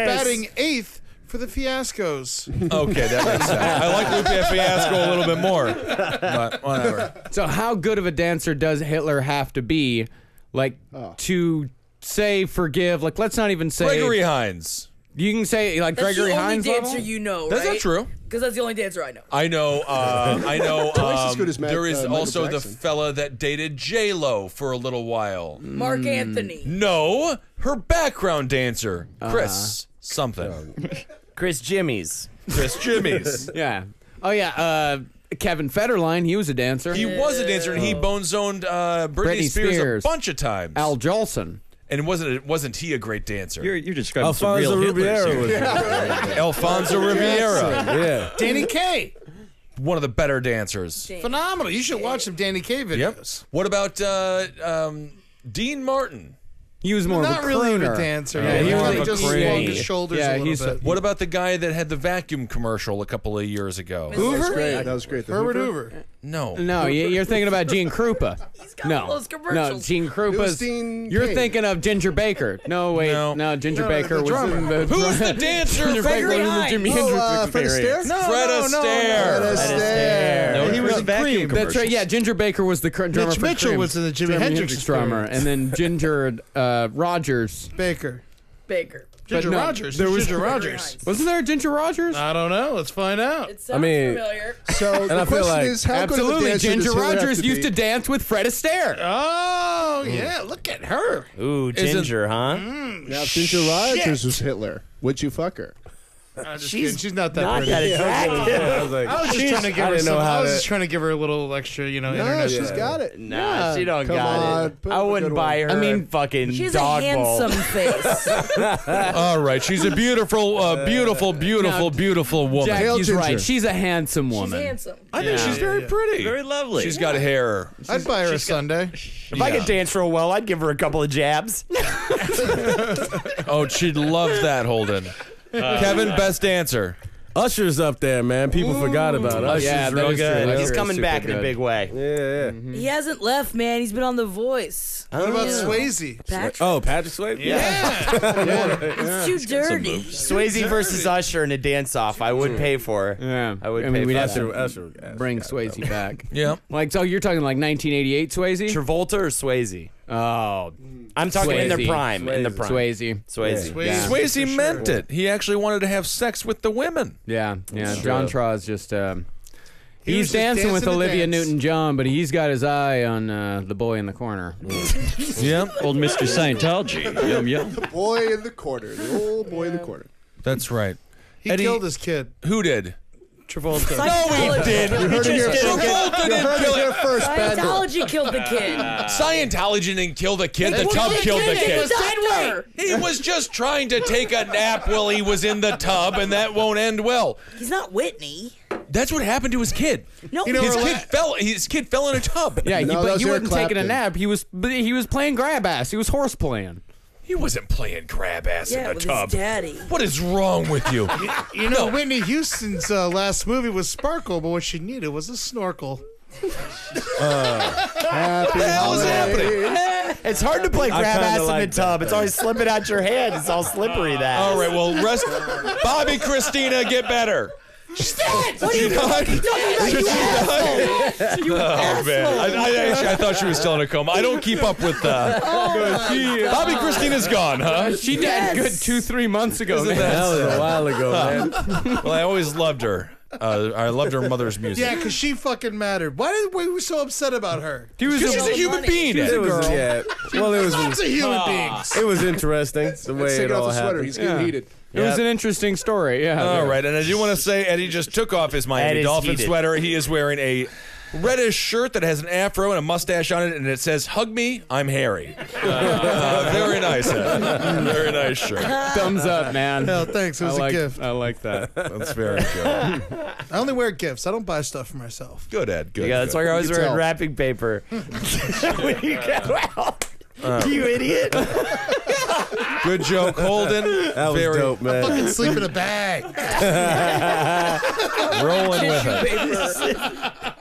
F: batting eighth for the Fiascos.
J: Okay, that makes sense. I like Lupe Fiasco a little bit more, but whatever.
H: So, how good of a dancer does Hitler have to be, like, to say forgive? Like, let's not even say
J: Gregory Hines.
H: You can say like
K: That's
H: Gregory
K: the only
H: Hines.
K: dancer
H: level?
K: you know,
J: That's not true.
K: Because that's the only dancer I know.
J: I know. Uh, I know. Um,
G: Twice as good as Matt-
J: there is
G: uh, Michael
J: also the
G: Jackson.
J: fella that dated J Lo for a little while.
K: Mark
H: Hmm.
K: Anthony.
J: No, her background dancer,
H: Uh-huh.
J: Chris something,
I: Chris Jimmy's.
J: Chris Jimmy's.
H: Yeah. Oh yeah. Uh, Kevin Federline. He was a dancer.
J: He was a dancer, and he bone zoned uh, Britney,
H: Britney
J: Spears,
H: Spears.
J: a bunch of times.
H: Al Jolson.
J: and wasn't wasn't he a great dancer?
C: You're, you're describing
A: Alfonso
C: some real Hitlers
A: Rubiera
C: here.
A: was.
J: Alfonso Riviera,
A: Yeah.
F: Danny Kaye.
J: one of the better dancers.
F: Phenomenal. You should watch some Danny Kaye
J: Yep.
F: videos.
J: What about uh, um, Dean Martin?
H: He was more
F: Not
H: of a
F: really
H: crooner.
F: a dancer.
H: Yeah,
F: he
H: he was
F: really
H: like
F: just
H: a crooner.
F: swung his shoulders
H: Yeah,
F: a little
H: he's a-
F: bit.
J: What about the guy that had the vacuum commercial a couple of years ago?
K: Who?
G: That was great. That was great. The
F: Herbert
G: Hoover.
F: Hoover.
J: No.
H: No, you- you're thinking about Gene Krupa.
K: got
H: no,
K: all those
H: no,
K: commercials.
H: Gene
G: It was
H: Krupa's.
G: Dean
H: You're
G: Cain.
H: thinking of Ginger Baker. No, wait,
J: No.
H: no, Ginger
F: No, no,
H: Baker
F: the
H: was in the.
J: Who's the dancer?
H: Ginger Baker was
J: Fred
H: in the
K: Hines.
H: Jimi
G: Oh,
H: Hendrix
G: uh, Fred
H: experience.
G: Astaire?
J: Astaire.
G: Fred Astaire.
F: Oh,
C: No, he was
J: in
C: vacuum
J: Cream.
C: commercial.
H: That's right. Yeah, Ginger Baker was the cr- drummer
F: Mitch
H: for
F: Mitchell
H: Cream.
F: was in the Jimi
H: Jimi
F: Hendrix
H: drummer,
F: Experience.
H: and then Ginger uh, Rogers.
F: Baker.
K: Baker.
F: Ginger
H: no,
F: Rogers.
H: there
F: Who's
H: was-
F: Ginger Rogers.
K: Hines.
H: Wasn't there a Ginger Rogers?
F: I don't know. Let's find out.
K: It sounds
A: mean-
K: familiar.
G: So the
A: I feel
G: question
A: like-
G: is, how good
H: Absolutely,
G: of a dancer does
H: Ginger
G: Hitler have
H: Rogers
G: to be?
H: used to dance with Fred Astaire.
F: Oh yeah, look at her.
I: Ooh,
J: Isn't-
I: Ginger, huh?
G: Now, if Ginger Rogers was Hitler, would you fuck her?
F: She's she's not that
I: Not
F: pretty.
I: that attractive.
A: I was like,
F: I was just trying to give
A: I
F: her
A: didn't
F: some,
A: know
F: I
A: how
F: was
A: to-
F: just trying to give her a little extra, you know,
G: No,
F: internet.
G: she's got it.
I: Nah,
G: Yeah.
I: she don't
G: Come
I: got
G: on,
I: it.
G: put
I: I
G: up a
I: wouldn't
G: good
I: buy
G: one.
I: her.
H: I mean,
I: fucking
K: She's a
I: dog
K: handsome
I: bowl.
K: face.
J: All right, she's a beautiful, uh, beautiful, beautiful, beautiful woman.
H: Jack,
G: Hail
H: he's
G: Ginger.
H: right. She's a handsome
K: She's
H: woman.
K: handsome.
J: I think she's very pretty.
C: Very lovely.
J: She's got hair.
F: I'd buy her a Sunday.
I: If I could dance real well, I'd give her a couple of jabs.
J: Oh, she'd love that, Holden. Kevin, best dancer.
A: Usher's up there, man. People forgot about Usher.
H: yeah,
A: Yeah,
H: that
J: real
H: is
J: good.
H: true. That's
I: He's
H: true.
I: coming
H: Super
I: back in a
H: good.
I: big way.
A: yeah.
H: Hmm.
K: He hasn't left, man. He's been on The Voice.
F: What about
K: Yeah.
F: Swayze?
K: Patrick,
A: Oh, Patrick Swayze.
K: it's too dirty.
I: Swayze versus Usher in a dance off. I would pay for.
H: Yeah,
I: I would
H: I mean,
I: pay
H: we'd
I: for
H: have
I: that.
A: Usher, Usher, Usher.
H: Bring Swayze back.
J: Yeah.
H: Like, so you're talking like 1988 Swayze?
I: Travolta or Swayze?
H: oh,
I: I'm talking in
H: Swayze.
I: the prime. In the prime.
H: Swayze.
I: Swayze.
H: Yeah.
J: Swayze meant it. He actually wanted to have sex with the women.
H: Yeah, yeah. John Tra's just. Um,
F: was
H: He's
F: just
H: dancing, with
F: dancing to
H: Olivia
F: dance.
H: Newton-John, but he's got his eye on uh, the boy in the corner.
J: Yep.
C: Old Mr. Scientology. yum, yum.
G: Boy in the corner, the old boy in the corner.
J: That's right.
F: He killed his kid.
J: Who did?
F: Travolta.
K: No, he did.
G: You heard it here first.
J: Travolta
G: You
J: didn't
G: heard it
J: kill
G: here
J: it.
G: first, bad boy.
K: Scientology killed the kid.
J: Uh, Scientology didn't kill the kid. The
K: Well,
J: tub
K: the
J: killed the
K: kid
J: kid.
K: was dead weight.
J: He was just trying to take a nap while he was in the tub, and that won't end well.
K: He's not Whitney.
J: That's what happened to his kid.
K: No,
J: his kid fell. His kid fell in a tub.
H: Yeah, he,
G: No,
H: but
G: those
H: he
G: are
H: wasn't taking a
G: Clapton.
H: nap. He was but he was playing grab ass. He was horse playing.
J: He wasn't playing grab ass
K: yeah,
J: in a
K: with his
J: tub.
K: daddy.
J: What is wrong with you?
F: You know, Whitney Houston's uh, last movie was Sparkle, but what she needed was a snorkel.
G: Happy
J: hell is
G: holidays.
I: It's hard to play grab
A: kinda
I: ass in
A: like
I: the tub. It's always slipping out your hand. It's all slippery. That.
H: Oh,
J: All right, well, rest. Bobby Christina, get better.
K: What are you
J: She died.
K: talking about? You asshole! You
J: Oh man,
K: asshole.
J: I, I, actually, I thought she was still in a coma. I don't keep up with uh, Bobby Christina's gone, huh?
H: She
K: Yes.
H: died good two three months ago.
J: Isn't
H: man.
J: that
A: That was a while ago, man.
J: Well, I always loved her. Uh, I loved her mother's music.
F: Yeah, because she fucking mattered. Why did, were we so upset about her?
H: He was
J: Because
H: a-
J: she's a human being.
A: It was, yeah. Well, it
F: Lots
A: was
F: of human beings.
A: it was interesting the way it
G: Take
A: all
G: off the sweater.
A: happened.
G: He's getting heated.
H: It was an interesting story. Yeah.
J: All right, and I do want to say Eddie just took off his Miami
I: Ed is
J: Dolphin
I: heated.
J: sweater. He is wearing a reddish shirt that has an afro and a mustache on it, and it says "Hug me, I'm Harry." Uh, very nice, Ed. very nice shirt.
H: Thumbs up, man.
F: No, thanks. It was
H: I
F: a
H: like,
F: gift.
H: I like that.
J: That's very good.
F: I only wear gifts. I don't buy stuff for myself.
J: Good, Ed. Good.
I: Yeah, that's why
J: good.
I: you're always
F: You can
I: wearing
F: tell.
I: wrapping paper. when you go out. you idiot.
J: Good joke, Holden.
A: That was
J: very
A: dope, man.
F: Fucking sleep in a bag.
J: rolling with it.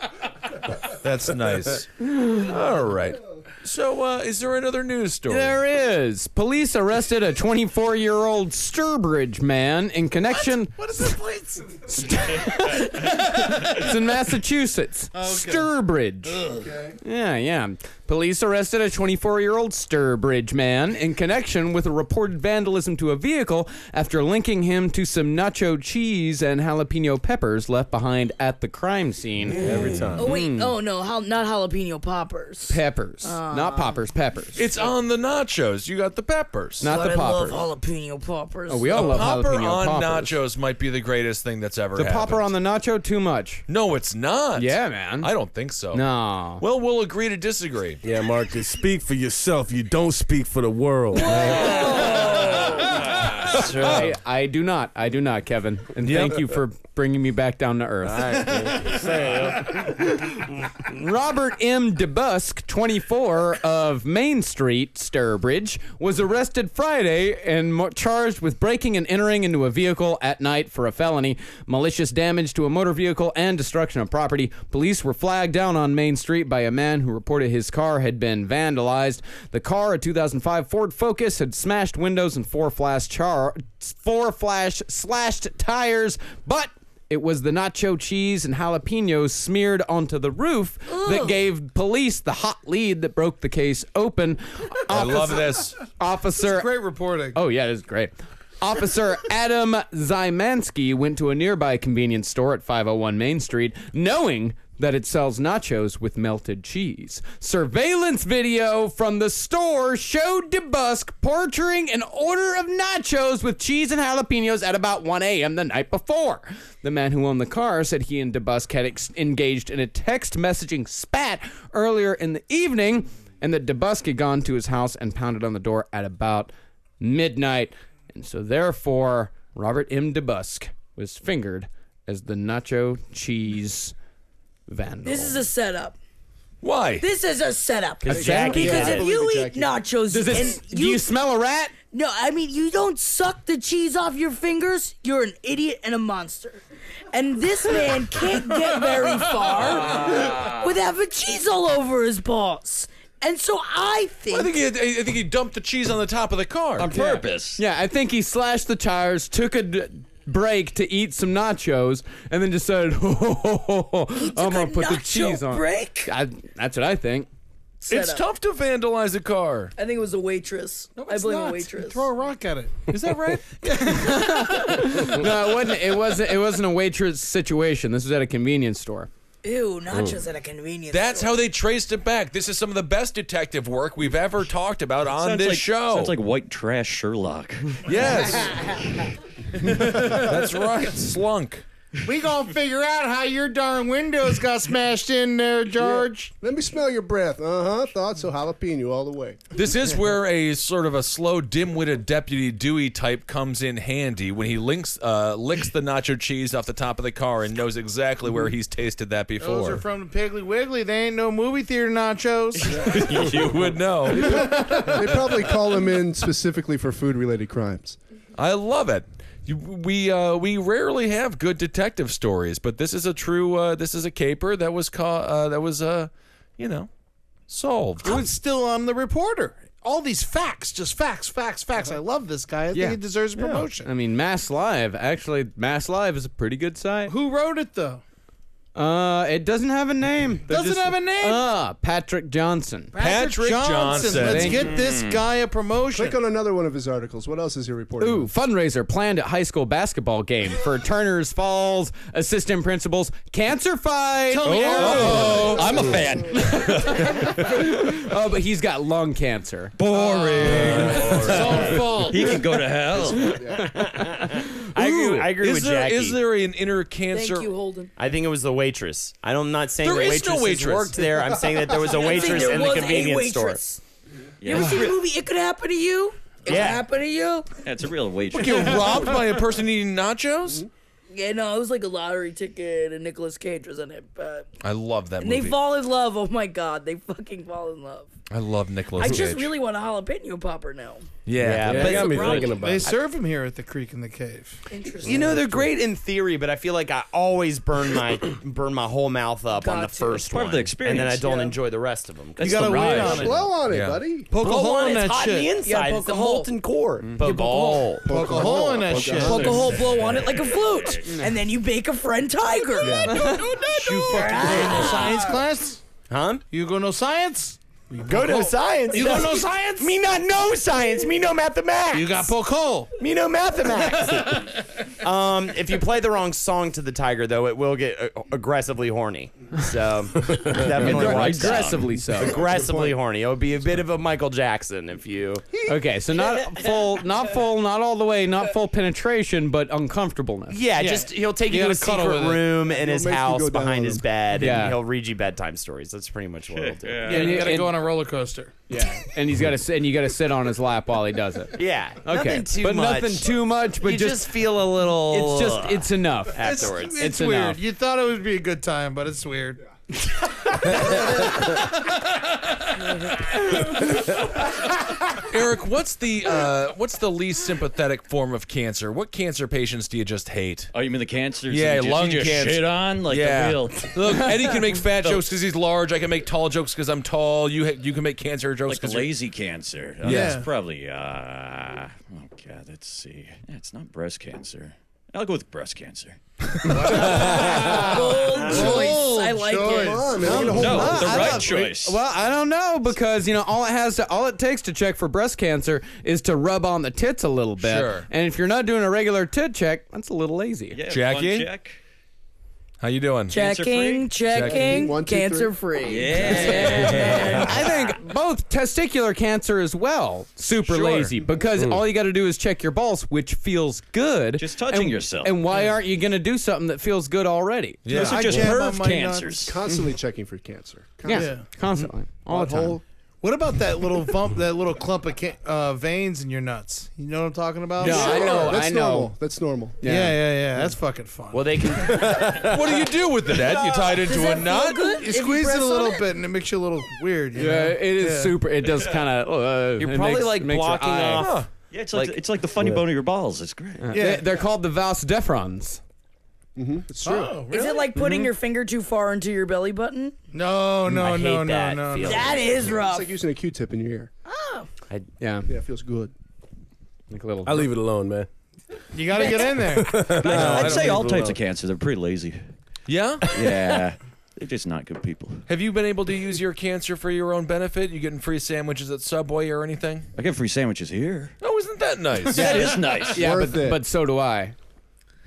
J: That's nice. All right. So, uh, is there another news story?
H: There is. Police arrested a 24 year old Sturbridge man in connection.
F: What is this place?
H: It's in Massachusetts. Sturbridge.
F: Okay.
H: Yeah, yeah. Police arrested a 24 year old Sturbridge man in connection with a reported vandalism to a vehicle after linking him to some nacho cheese and jalapeno peppers left behind at the crime scene.
A: Every time.
K: Oh wait,
H: Mm.
K: oh no, hal- not jalapeno poppers.
H: Peppers. Not poppers, peppers.
J: It's on the nachos. You got the peppers.
H: Not
K: But
H: the
K: I love
H: poppers.
K: jalapeno poppers.
H: Oh, we all
J: a
H: love
J: popper
H: jalapeno
J: on
H: poppers.
J: nachos might be the greatest thing that's ever
H: The
J: happened.
H: popper on the nacho, too much.
J: No, it's not.
H: Yeah, man.
J: I don't think so.
H: No.
J: Well, we'll agree to disagree.
A: Yeah, Marcus, speak for yourself. You don't speak for the world, man.
H: I, I do not. I do not, Kevin. And thank you for bringing me back down to earth. Robert M. DeBusk, 24, of Main Street, Sturbridge, was arrested Friday and mo- charged with breaking and entering into a vehicle at night for a felony, malicious damage to a motor vehicle, and destruction of property. Police were flagged down on Main Street by a man who reported his car had been vandalized. The car, a 2005 Ford Focus, had smashed windows and four flash char- four flash slashed tires, but it was the nacho cheese and jalapenos smeared onto the roof that gave police the hot lead that broke the case open.
J: I love this.
H: Officer
F: Great reporting.
H: Oh yeah, it is great. Officer Adam Zymanski went to a nearby convenience store at 501 Main Street, knowing that it sells nachos with melted cheese. Surveillance video from the store showed DeBusk portering an order of nachos with cheese and jalapenos at about 1 a.m. the night before. The man who owned the car said he and DeBusk had ex- engaged in a text messaging spat earlier in the evening, and that DeBusk had gone to his house and pounded on the door at about midnight. And so, therefore, Robert M. DeBusk was fingered as the nacho cheese vandal.
K: This is a setup.
J: Why?
K: This is a setup.
H: Jack-
K: because
G: yeah, I
K: if
G: believe
K: you
G: the
K: eat
G: Jackie.
K: nachos
H: Does it,
K: and
H: do you smell a rat?
K: No, I mean you don't suck the cheese off your fingers. You're an idiot and a monster. And this man can't get very far with having cheese all over his balls. And so I think,
J: I think he, I think he dumped the cheese on the top of the car.
C: On purpose.
H: Yeah, I think he slashed the tires, took a d- break to eat some nachos, and then decided, ho, ho, ho, ho, ho, I'm going to put the
K: nacho
H: cheese on.
K: break?
H: I, that's what I think.
J: It's tough to vandalize a car.
K: I think it was a waitress. I blame a waitress.
F: Throw a rock at it.
H: Is that right? no, it wasn't. It wasn't. It wasn't a waitress situation. This was at a convenience store.
K: Ew, nachos at a convenience.
J: That's
K: store.
J: how they traced it back. This is some of the best detective work we've ever talked about on
C: Sounds
J: this
C: like,
J: show.
C: Sounds like white trash Sherlock.
J: yes, that's right. Slunk.
F: We gonna figure out how your darn windows got smashed in there, George.
G: Let me smell your breath. Uh huh. Thought so. Jalapeno all the way.
J: This is where a sort of a slow, dim-witted deputy Dewey type comes in handy when he links, uh, licks the nacho cheese off the top of the car and knows exactly where he's tasted that
F: Those
J: before.
F: are from the Piggly Wiggly. They ain't no movie theater nachos.
J: you would know.
G: They probably call him in specifically for food-related crimes.
J: I love it. You, we uh, we rarely have good detective stories, but this is a true. Uh, this is a caper that was caught. uh, that was uh, you know solved.
F: Dude, still I'm the reporter. All these facts, just facts, facts, facts. I love this guy. I
H: Yeah.
F: think he deserves a promotion.
H: I mean, Mass Live. Actually, Mass Live is a pretty good site.
F: Who wrote it though?
H: Uh, it doesn't have a name. They're
F: Doesn't have a name?
H: Ah, Patrick Johnson.
J: Patrick Johnson.
F: Let's
H: Thank
F: get this guy a promotion.
G: Click on another one of his articles. What else is he reporting?
H: Ooh,
G: on?
H: fundraiser planned at high school basketball game for Turner's Falls assistant principals. Cancer fight.
F: Tell me Oh.
C: I'm a fan.
H: Oh, but he's got lung cancer.
C: Boring.
H: It's all fault.
C: He can go to hell.
H: Ooh,
I: I agree
J: is
I: with
J: there,
I: Jackie.
J: Is there an inner cancer?
K: Thank you, Holden.
I: I think it was the waitress. I don't, I'm not saying
J: There
I: the
J: is
I: waitress,
J: no
I: has
J: waitress.
I: worked there. I'm saying that there was a
K: I think
I: waitress
K: there
I: in the
K: was a
I: convenience store.
K: waitress.
C: Yeah.
K: You ever see the movie It Could Happen to You? It
I: Yeah.
K: could happen to you.
C: Yeah, it's a real waitress.
J: Get robbed by a person eating nachos?
K: Yeah, no, it was like a lottery ticket, and Nicolas Cage was in it. But
J: I love that
K: and
J: movie.
K: they fall in love. Oh my god, they fucking fall in love.
J: I love Nicholas
K: I
J: Cage.
K: just really want a jalapeno popper now.
A: Yeah,
J: yeah,
I: Yeah, but
A: you got me
K: Surprise.
A: thinking about
F: They
A: it.
F: serve him here at the creek in the cave.
K: Interesting.
I: You know they're great in theory, but I feel like I always burn my burn my whole mouth up
K: Got
I: on the
K: to.
I: first
C: It's part
I: one,
C: of the experience,
I: and then I don't
K: yeah.
I: enjoy the rest of them.
C: That's
F: gotta
C: the
F: wait
C: rise.
F: on it.
G: Blow on it,
J: Yeah.
G: buddy.
F: Poke a hole in
I: it's
F: that
I: hot on the
F: shit.
I: inside.
K: Yeah,
I: it's
K: poke
I: a
K: a hole.
I: molten core. Poke a hole.
F: Poke a hole in that
G: Poke a
F: shit.
G: hole.
K: Poke a hole, blow on it like a flute, and then you bake a friend tiger. No, no, no,
F: You
K: no.
F: fucking go no science class?
I: Huh?
F: You go no science?
I: Go to science. You
F: don't know science?
I: Me not know science. Me no mathematics.
F: You got poke hole.
I: Me no mathematics. um, if you play the wrong song to the tiger, though, it will get uh, aggressively horny. So definitely watch that.
H: Aggressively so.
I: Aggressively horny. It would be a bit of a Michael Jackson if you.
H: Okay, so not full, not full, not all the way, not full penetration, but uncomfortableness.
I: Yeah, just he'll take you,
F: You
I: to a
F: gotta cuddle
I: secret
F: with it.
I: room in his
G: make you
I: house
G: go down
I: behind
G: on
I: his
G: him.
I: bed,
H: Yeah.
I: and he'll read you bedtime stories. That's pretty much what he'll do.
C: Yeah.
F: And you
H: you-
F: gotta
H: and-
F: go on a roller coaster.
H: and he's got to and you got to sit on his lap while he does it.
I: Yeah.
H: Okay,
I: Nothing too
H: but
I: much.
H: nothing too much. But
I: you
H: just,
I: just feel a little.
H: it's just it's enough.
I: afterwards.
F: It's,
H: It's
F: weird.
H: enough.
F: You thought it would be a good time, but it's weird.
J: Eric, what's the uh, what's the least sympathetic form of cancer? What cancer patients do you just hate?
C: Oh, you mean the cancers?
J: Yeah,
C: you just,
J: lung
C: you just
J: cancer.
C: Shit on like
J: Yeah.
C: the wheel.
J: Look, Eddie can make fat jokes because he's large. I can make tall jokes because I'm tall. You ha- you can make cancer jokes
C: Like the
J: because
C: lazy cancer. Uh,
F: Yeah.
C: That's probably, uh, oh God, let's see. Yeah, it's not breast cancer. I'll go with breast cancer.
K: Bold choice. I like
G: Come
K: it.
G: on, man. Get a hold
C: No,
G: of
C: the
G: it.
C: right choice.
H: Well, I don't know because you know all it has to all it takes to check for breast cancer is to rub on the tits a little bit.
J: Sure.
H: And if you're not doing a regular tit check, that's a little lazy.
C: yeah,
J: Jackie?
C: one Check.
J: How you doing?
K: Checking,
J: Checking.
K: checking,
G: One, two, three.
K: cancer free.
H: I think both testicular cancer as well super
J: Sure.
H: lazy because all you got to do is check your balls, which feels good.
C: Just touching
H: And-
C: yourself.
H: And why aren't you going to do something that feels good already?
J: Yeah.
C: Those are just
F: jam on
C: perv
F: my
C: cancers.
G: Constantly checking for cancer.
H: Yeah,
F: Yeah.
H: constantly, all the time.
G: Butthole.
F: What about that little bump, that little clump of ca- uh, veins in your nuts? You know what I'm talking about?
H: No, I know,
G: That's
H: I know.
G: normal. That's normal.
F: Yeah, yeah, yeah. That's fucking fun.
I: Well, they can.
J: what do you do with it, Ed? You tie it into a knot?
F: you squeeze it a little bit, and it makes you a little weird. you
H: Yeah,
F: know?
H: it is super. It does kind of. Uh,
I: You're
H: it
I: probably
H: makes-
I: like
H: makes your
I: blocking
H: eye-
I: off.
C: Yeah, it's like,
I: Like-
C: it's like the funny bone of your balls. It's great.
H: They- They're called the vas deferens.
G: It's true.
F: Oh,
K: Is it like putting your finger too far into your belly button?
F: No, no,
I: I hate
F: no,
I: that
F: no, no, no.
I: feeling.
K: That is
G: It's
K: rough.
G: like using a Q-tip in your ear.
H: Yeah,
G: Yeah, it feels good.
H: like a little.
A: I leave it alone, man.
F: You gotta get in there.
C: I'd say all types of cancer. They're pretty lazy.
J: Yeah?
C: Yeah. They're just not good people.
J: Have you been able to use your cancer for your own benefit? You getting free sandwiches at Subway or anything?
C: I get free sandwiches here.
J: Oh, isn't that nice?
C: That is nice.
H: yeah,
G: Worth
H: but,
G: it.
H: but so do I.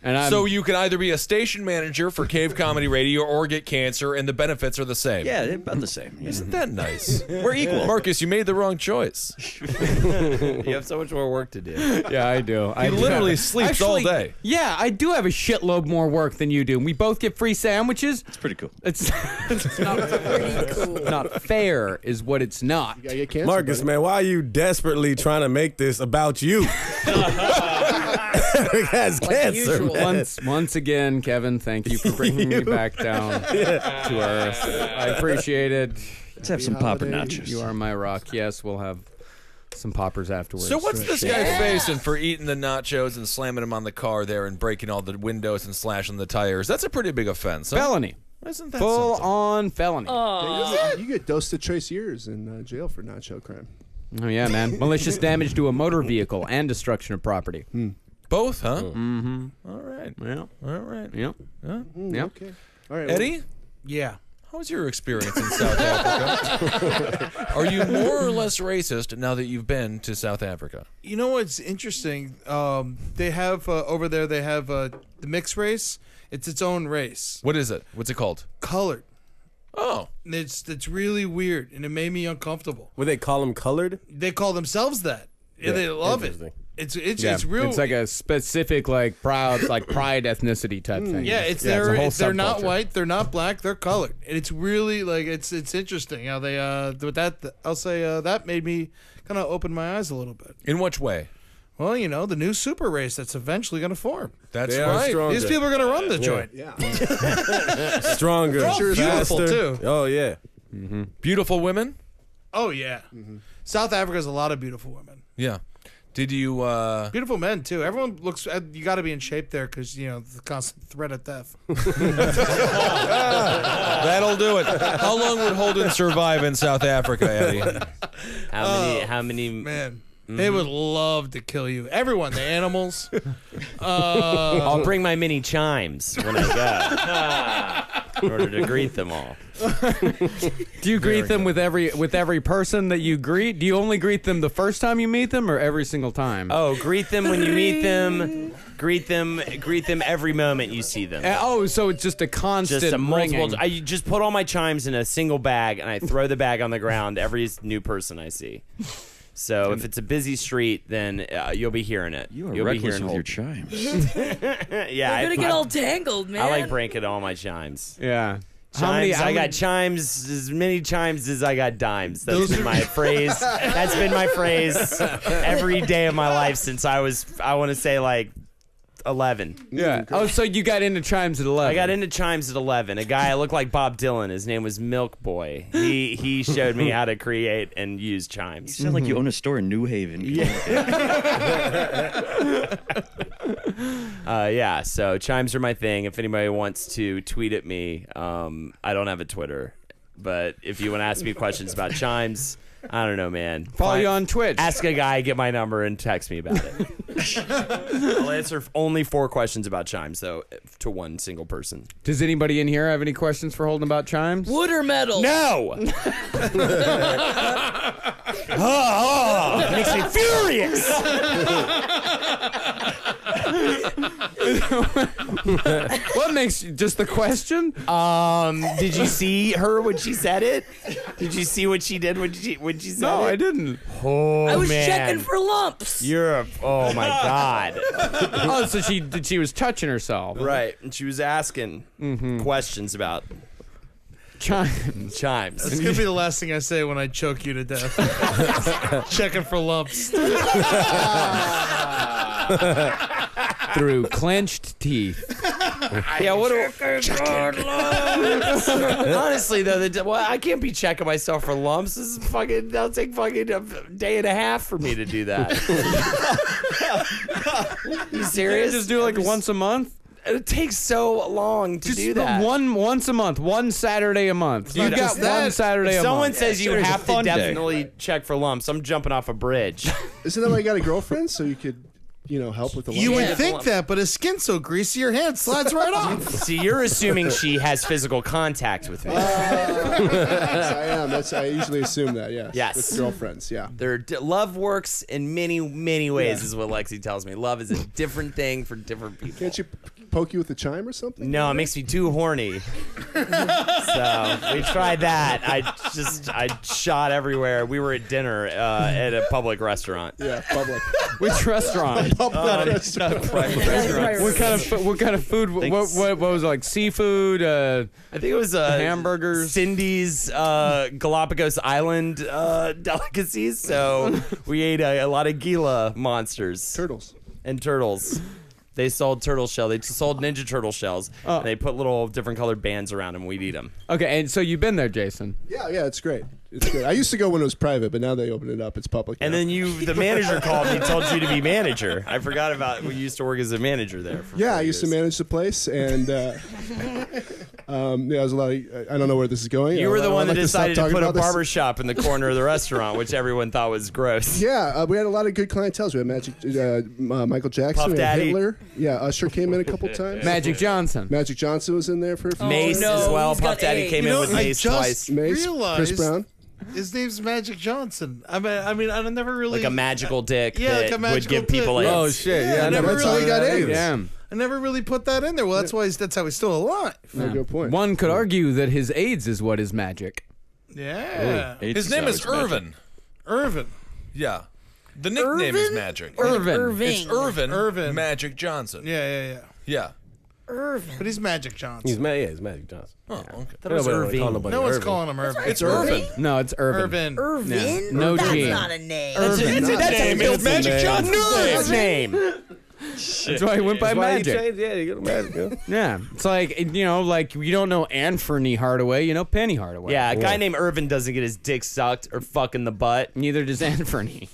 H: And I'm,
J: So you can either be a station manager for Cave Comedy Radio or get cancer, and the benefits are the same.
C: Yeah, they're about the same. Yeah.
J: Isn't that nice?
C: We're equal.
J: Marcus, you made the wrong choice.
I: You have so much more work to do.
H: yeah, I do. I
J: He
H: do.
J: literally sleeps all
H: Actually,
J: day.
H: Yeah, I do have a shitload more work than you do. and We both get free sandwiches.
C: It's pretty cool.
H: It's, it's not, not fair, is what it's not.
G: Yeah, you get cancer.
A: Marcus,
G: buddy.
A: man, why are you desperately trying to make this about you? Eric has cancer.
K: usual.
A: man.
H: Once, once again, Kevin, thank you for bringing me back down to earth. I appreciate it.
C: Let's have some Papa
G: holiday.
C: Nachos.
H: You are my rock. Yes, we'll have some poppers afterwards.
J: So what's this guy facing for eating the nachos and slamming them on the car there and breaking all the windows and slashing the tires? That's a pretty big offense. Huh?
H: felony?
J: Isn't that
H: Full
J: something?
H: on felony. Oh.
G: You get- you get dosed to trace years in uh, jail for nacho crime.
H: Oh, yeah, man. Malicious damage to a motor vehicle and destruction of property.
J: Both, huh? Mm-hmm. All right.
H: Yeah.
J: All right.
H: Yeah.
I: Mm,
H: Yeah.
G: Okay. All right.
J: Eddie,
F: Yeah.
J: how was your experience in South Africa? Are you more or less racist now that you've been to South Africa?
F: You know what's interesting? Um, they have uh, over there. They have uh, the mixed race. It's its own race,
J: What is it? What's it called?
F: colored.
J: Oh,
F: And It's it's really weird, and it made me uncomfortable.
A: Would they call him colored?
F: They call themselves that. Yeah, they love it.
A: Interesting.
F: It's it's
H: Yeah.
F: it's real.
H: It's like a specific like proud like pride ethnicity
I: Mm.
H: type thing.
F: yeah, it's
H: a
F: their
H: whole
F: it's- they're not
H: subculture.
F: white, they're not black, they're colored. And it's really like it's it's interesting how they uh th- that I'll say uh, that made me kind of open my eyes a little bit.
J: In which way?
F: Well, you know, the new super race that's eventually going to form.
J: That's They are right. stronger.
F: These people are going to run the
J: Yeah.
F: joint.
A: Stronger,
F: They're all beautiful,
A: faster.
F: too.
A: Oh yeah,
J: beautiful women.
F: Oh yeah. South Africa has a lot of beautiful women.
J: Yeah. Did you? uh
F: Beautiful men too. Everyone looks. uh, You got to be in shape there because you know the constant threat of death.
J: That'll do it. How long would Holden survive in South Africa, Eddie?
I: How many? how many?
F: Man, they would love to kill you. Everyone, the animals. uh,
I: I'll bring my mini chimes when I go in order to greet them all.
H: Do you greet them with every with every person that you greet? Do you only greet them the first time you meet them or every single time?
I: Oh, greet them when you meet them. Greet them. Greet them every moment you see them.
H: Eh, oh, so it's just a constant
I: Just a multiple.
H: ringing.
I: I just put all my chimes in a single bag and I throw the bag on the ground every new person I see. So if it's a busy street, then uh, you'll be hearing it.
C: You are
I: will
C: reckless
I: be
C: with
I: hearing
C: your chimes.
I: your Yeah,
K: You're
I: I-
K: gonna get
I: I-
K: all tangled, man.
I: I like breaking all my chimes.
H: Yeah.
I: Chimes,
K: How many- how
I: I
K: many-
I: got chimes, as many chimes as I got dimes. That's been my phrase. That's been my phrase every day of my life since I was, I want to say like 11.
H: Yeah. Oh, so you got into chimes at 11.
I: I got into chimes at 11. A guy looked like Bob Dylan. His name was Milk Boy. He, he showed me how to create and use chimes.
C: You sound like you own a store in New Haven.
I: Uh, yeah, so chimes are my thing. If anybody wants to tweet at me, um, I don't have a Twitter, but if you want to ask me questions about chimes, I don't know, man.
H: Follow you on Twitch.
I: Ask a guy, get my number, and text me about it. I'll answer f- only four questions about chimes, though, to one single person.
H: Does anybody in here have any questions for Holden about chimes?
K: Wood or metal?
I: No. Oh, makes me furious.
H: what makes you, just the question?
I: Um, did you see her when she said it? Did you see what she did when she when she said
H: No,
I: it?
H: I didn't.
I: Oh
K: I was
I: man.
K: checking for lumps.
I: Europe. Oh my God.
H: oh, so she did. She was touching herself.
I: right, and she was asking questions about
H: Chimes.
I: chimes.
F: It's gonna be the last thing I say when I choke you to death. Checking for lumps.
H: through clenched teeth.
I: yeah, what do Honestly, though, the, well, I can't be checking myself for lumps. This is fucking. That'll take fucking a day and a half for me to do that. you serious?
H: Just do like once a month.
I: It takes so long to
H: Just
I: do
H: the
I: that.
H: one once a month, one Saturday a month. You
I: not
H: got
I: just that.
H: one Saturday
I: If
H: a
I: someone
H: month.
I: says you
C: Sure, it's a
I: have to
C: fun day.
I: definitely check for lumps, I'm jumping off a bridge.
G: Isn't that why you got a girlfriend? So you could, you know, help with the
F: You
G: lump?
F: would think that, but his skin's so greasy, your hand slides right off.
I: See, you're assuming she has physical contact with me.
G: Yes, I am. That's I usually assume that. Yes.
I: Yes.
G: With girlfriends. Yeah.
I: There, d- love works in many, many ways, is what Lexi tells me. Love is a different thing for different people.
G: Can't you p- poke you with a chime or something?
I: No, it makes me too horny. so we tried that. I just, I shot everywhere. We were at dinner uh, at a public restaurant.
G: Yeah. Public.
H: which restaurant?
G: Public restaurant.
H: what kind of fo- what kind of food? What what,
I: Thanks.
H: what was it, like seafood? Uh,
I: I think it was uh,
H: Hamburgers.
I: Cindy's uh, Galapagos Island uh, delicacies. So we ate a, a lot of Gila monsters
G: Turtles.
I: and turtles. They sold turtle shell. They sold Ninja Turtle shells.
H: Oh.
I: And they put little different colored bands around them. We'd eat them.
H: okay, and so you've been there, Jason.
G: Yeah. Yeah. It's great. It's great. I used to go when it was private, but now they open it up. It's public.
I: And
G: now.
I: then you, the manager called me, told you to be manager. I forgot about. We used to work as a manager there. For
G: Yeah,
I: four
G: I used to
I: years.
G: manage the place, and uh, um, yeah, there's a lot. Of, I don't know where this is going.
I: You were the one that decided to put a
G: barber.
I: barber shop in the corner of the restaurant, which everyone thought was gross.
G: Yeah, uh, we had a lot of good clientele. We had Magic, uh, M- uh, Michael Jackson,
I: Puff
G: we had
I: Daddy.
G: Hitler. Yeah, Usher came in a couple times.
H: Magic Johnson.
G: Magic Johnson was in there for a few
I: Oh, Mace
G: minutes.
I: as
K: no,
I: well.
K: he's
I: Puff
K: got
I: Daddy
K: AIDS.
I: came
F: You know,
I: in with
F: I
I: Mace
F: just-
I: twice.
G: Mace, Chris
F: Realized-
G: Brown.
F: His name's Magic Johnson. I mean, I mean, I never really,
I: like a magical dick
F: yeah, like
I: that
F: a
I: would
F: magical
I: give people
F: dick.
I: AIDS.
F: Oh,
H: shit!
F: Yeah, I never
G: that's how
F: really
G: he got AIDS.
H: Damn.
F: I never really put that in there. Well, that's why he's, that's how he's still alive.
G: No, good point.
H: One could argue that his AIDS is what is magic.
F: Yeah,
C: AIDS
J: His name
C: how
J: is
C: it's measured.
J: Irvin.
F: Irvin.
J: Yeah. The nickname is
K: Irvin?
J: Magic.
K: Irvin.
J: It's
K: Irving.
J: Irvin. Irvin. Magic Johnson.
F: Yeah, yeah, yeah.
J: Yeah.
K: Irvin.
F: But he's Magic Johnson.
A: He's mad. Yeah, he's Magic Johnson.
J: Oh, okay.
A: Nobody wanna call nobody
F: No one's
A: Irvin.
F: calling him Irvin.
J: It's Irvin.
H: No, it's Irvin.
F: Irvin.
K: Irvin?
H: No
K: That's
H: G.
K: not a name.
J: It's a name. It's Magic Johnson.
I: His name.
H: That's why he went by
A: That's why he
H: Magic.
A: changed- Yeah, you go to Magic. yeah.
H: Yeah, it's like you know, like you don't know Anthony Hardaway, you know Penny Hardaway.
I: Yeah, a guy named Irvin doesn't get his dick sucked or fuck in the butt.
H: neither does Anthony.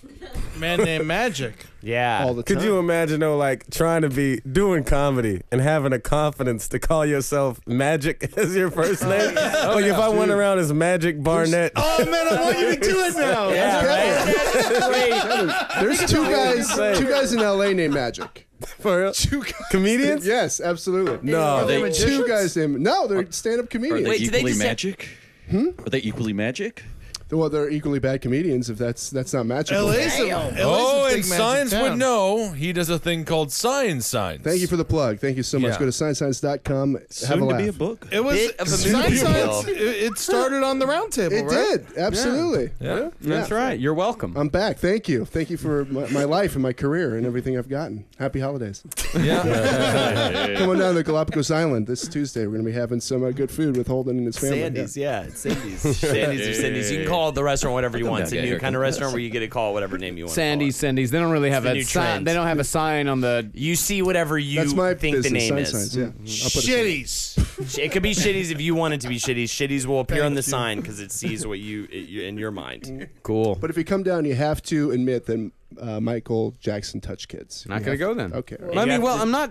F: Man named Magic.
I: Yeah.
G: all the time.
A: Could you imagine though, like trying to be doing comedy and having the confidence to call yourself Magic as your first name? like if I went around as Magic Barnett,
F: Oh man, I want you to do it now.
I: Yeah, right?
G: There's two guys,
A: Insane.
G: two guys in LA named Magic.
A: for real.
G: Two guys.
A: comedians?
G: Yes, absolutely.
A: No,
G: Are
C: they-
G: two guys named. No, they're stand-up
C: Are
G: comedians.
C: they
K: Wait, do they
C: equally
K: just have-
C: magic? Hmm? Are they equally magic?
G: Well, they're equally bad comedians. If that's that's not magical.
F: LA's a,
K: Damn.
F: LA's
J: Oh,
F: a big
J: and
F: magic
J: Signs
F: town.
J: would know. He does a thing called Sign Signs.
G: Thank you for the plug. Thank you so much.
J: Yeah.
G: Go to science.com.
C: Soon
G: Have a
C: to
G: laugh.
C: be a book.
F: It was
I: Bit of a
F: Signs-
I: movie
F: Signs-
I: deal.
F: It, it started on the round table.
G: It
F: right?
G: did. Absolutely.
J: Yeah.
H: That's right. You're welcome.
G: I'm back. Thank you. Thank you for my, my life and my career and everything I've gotten. Happy holidays.
J: Yeah.
G: Come on down to Galapagos Island this Tuesday. We're going to be having some uh, good food with Holden and his family.
I: Sandy's, yeah, it's Sandy's. Sandy's or Cindy's. You can call the restaurant whatever you want. It's a
C: that
I: new
C: guy.
I: kind of restaurant where you get to call whatever name you want.
H: Sandy, Cindy's. They don't really have
I: the
H: a
I: new
H: sign.
I: trend.
H: They don't have a sign on the.
I: You see whatever you
G: That's my
I: think
G: business.
I: the name
G: Sign
I: is.
G: Signs, yeah. I'll put it-
F: Shitties.
I: It could be shitties if you want it to be shitties. Shitties will appear on the
F: Thank you.
I: sign because it sees what you it, you- in your mind.
H: Cool.
G: But if you come down, you have to admit that uh, Michael Jackson touched kids. You
H: not gonna
G: have-
H: go then.
G: Okay. all right.
H: I
I: You
H: mean,
I: have
H: well,
I: to-
H: I'm not.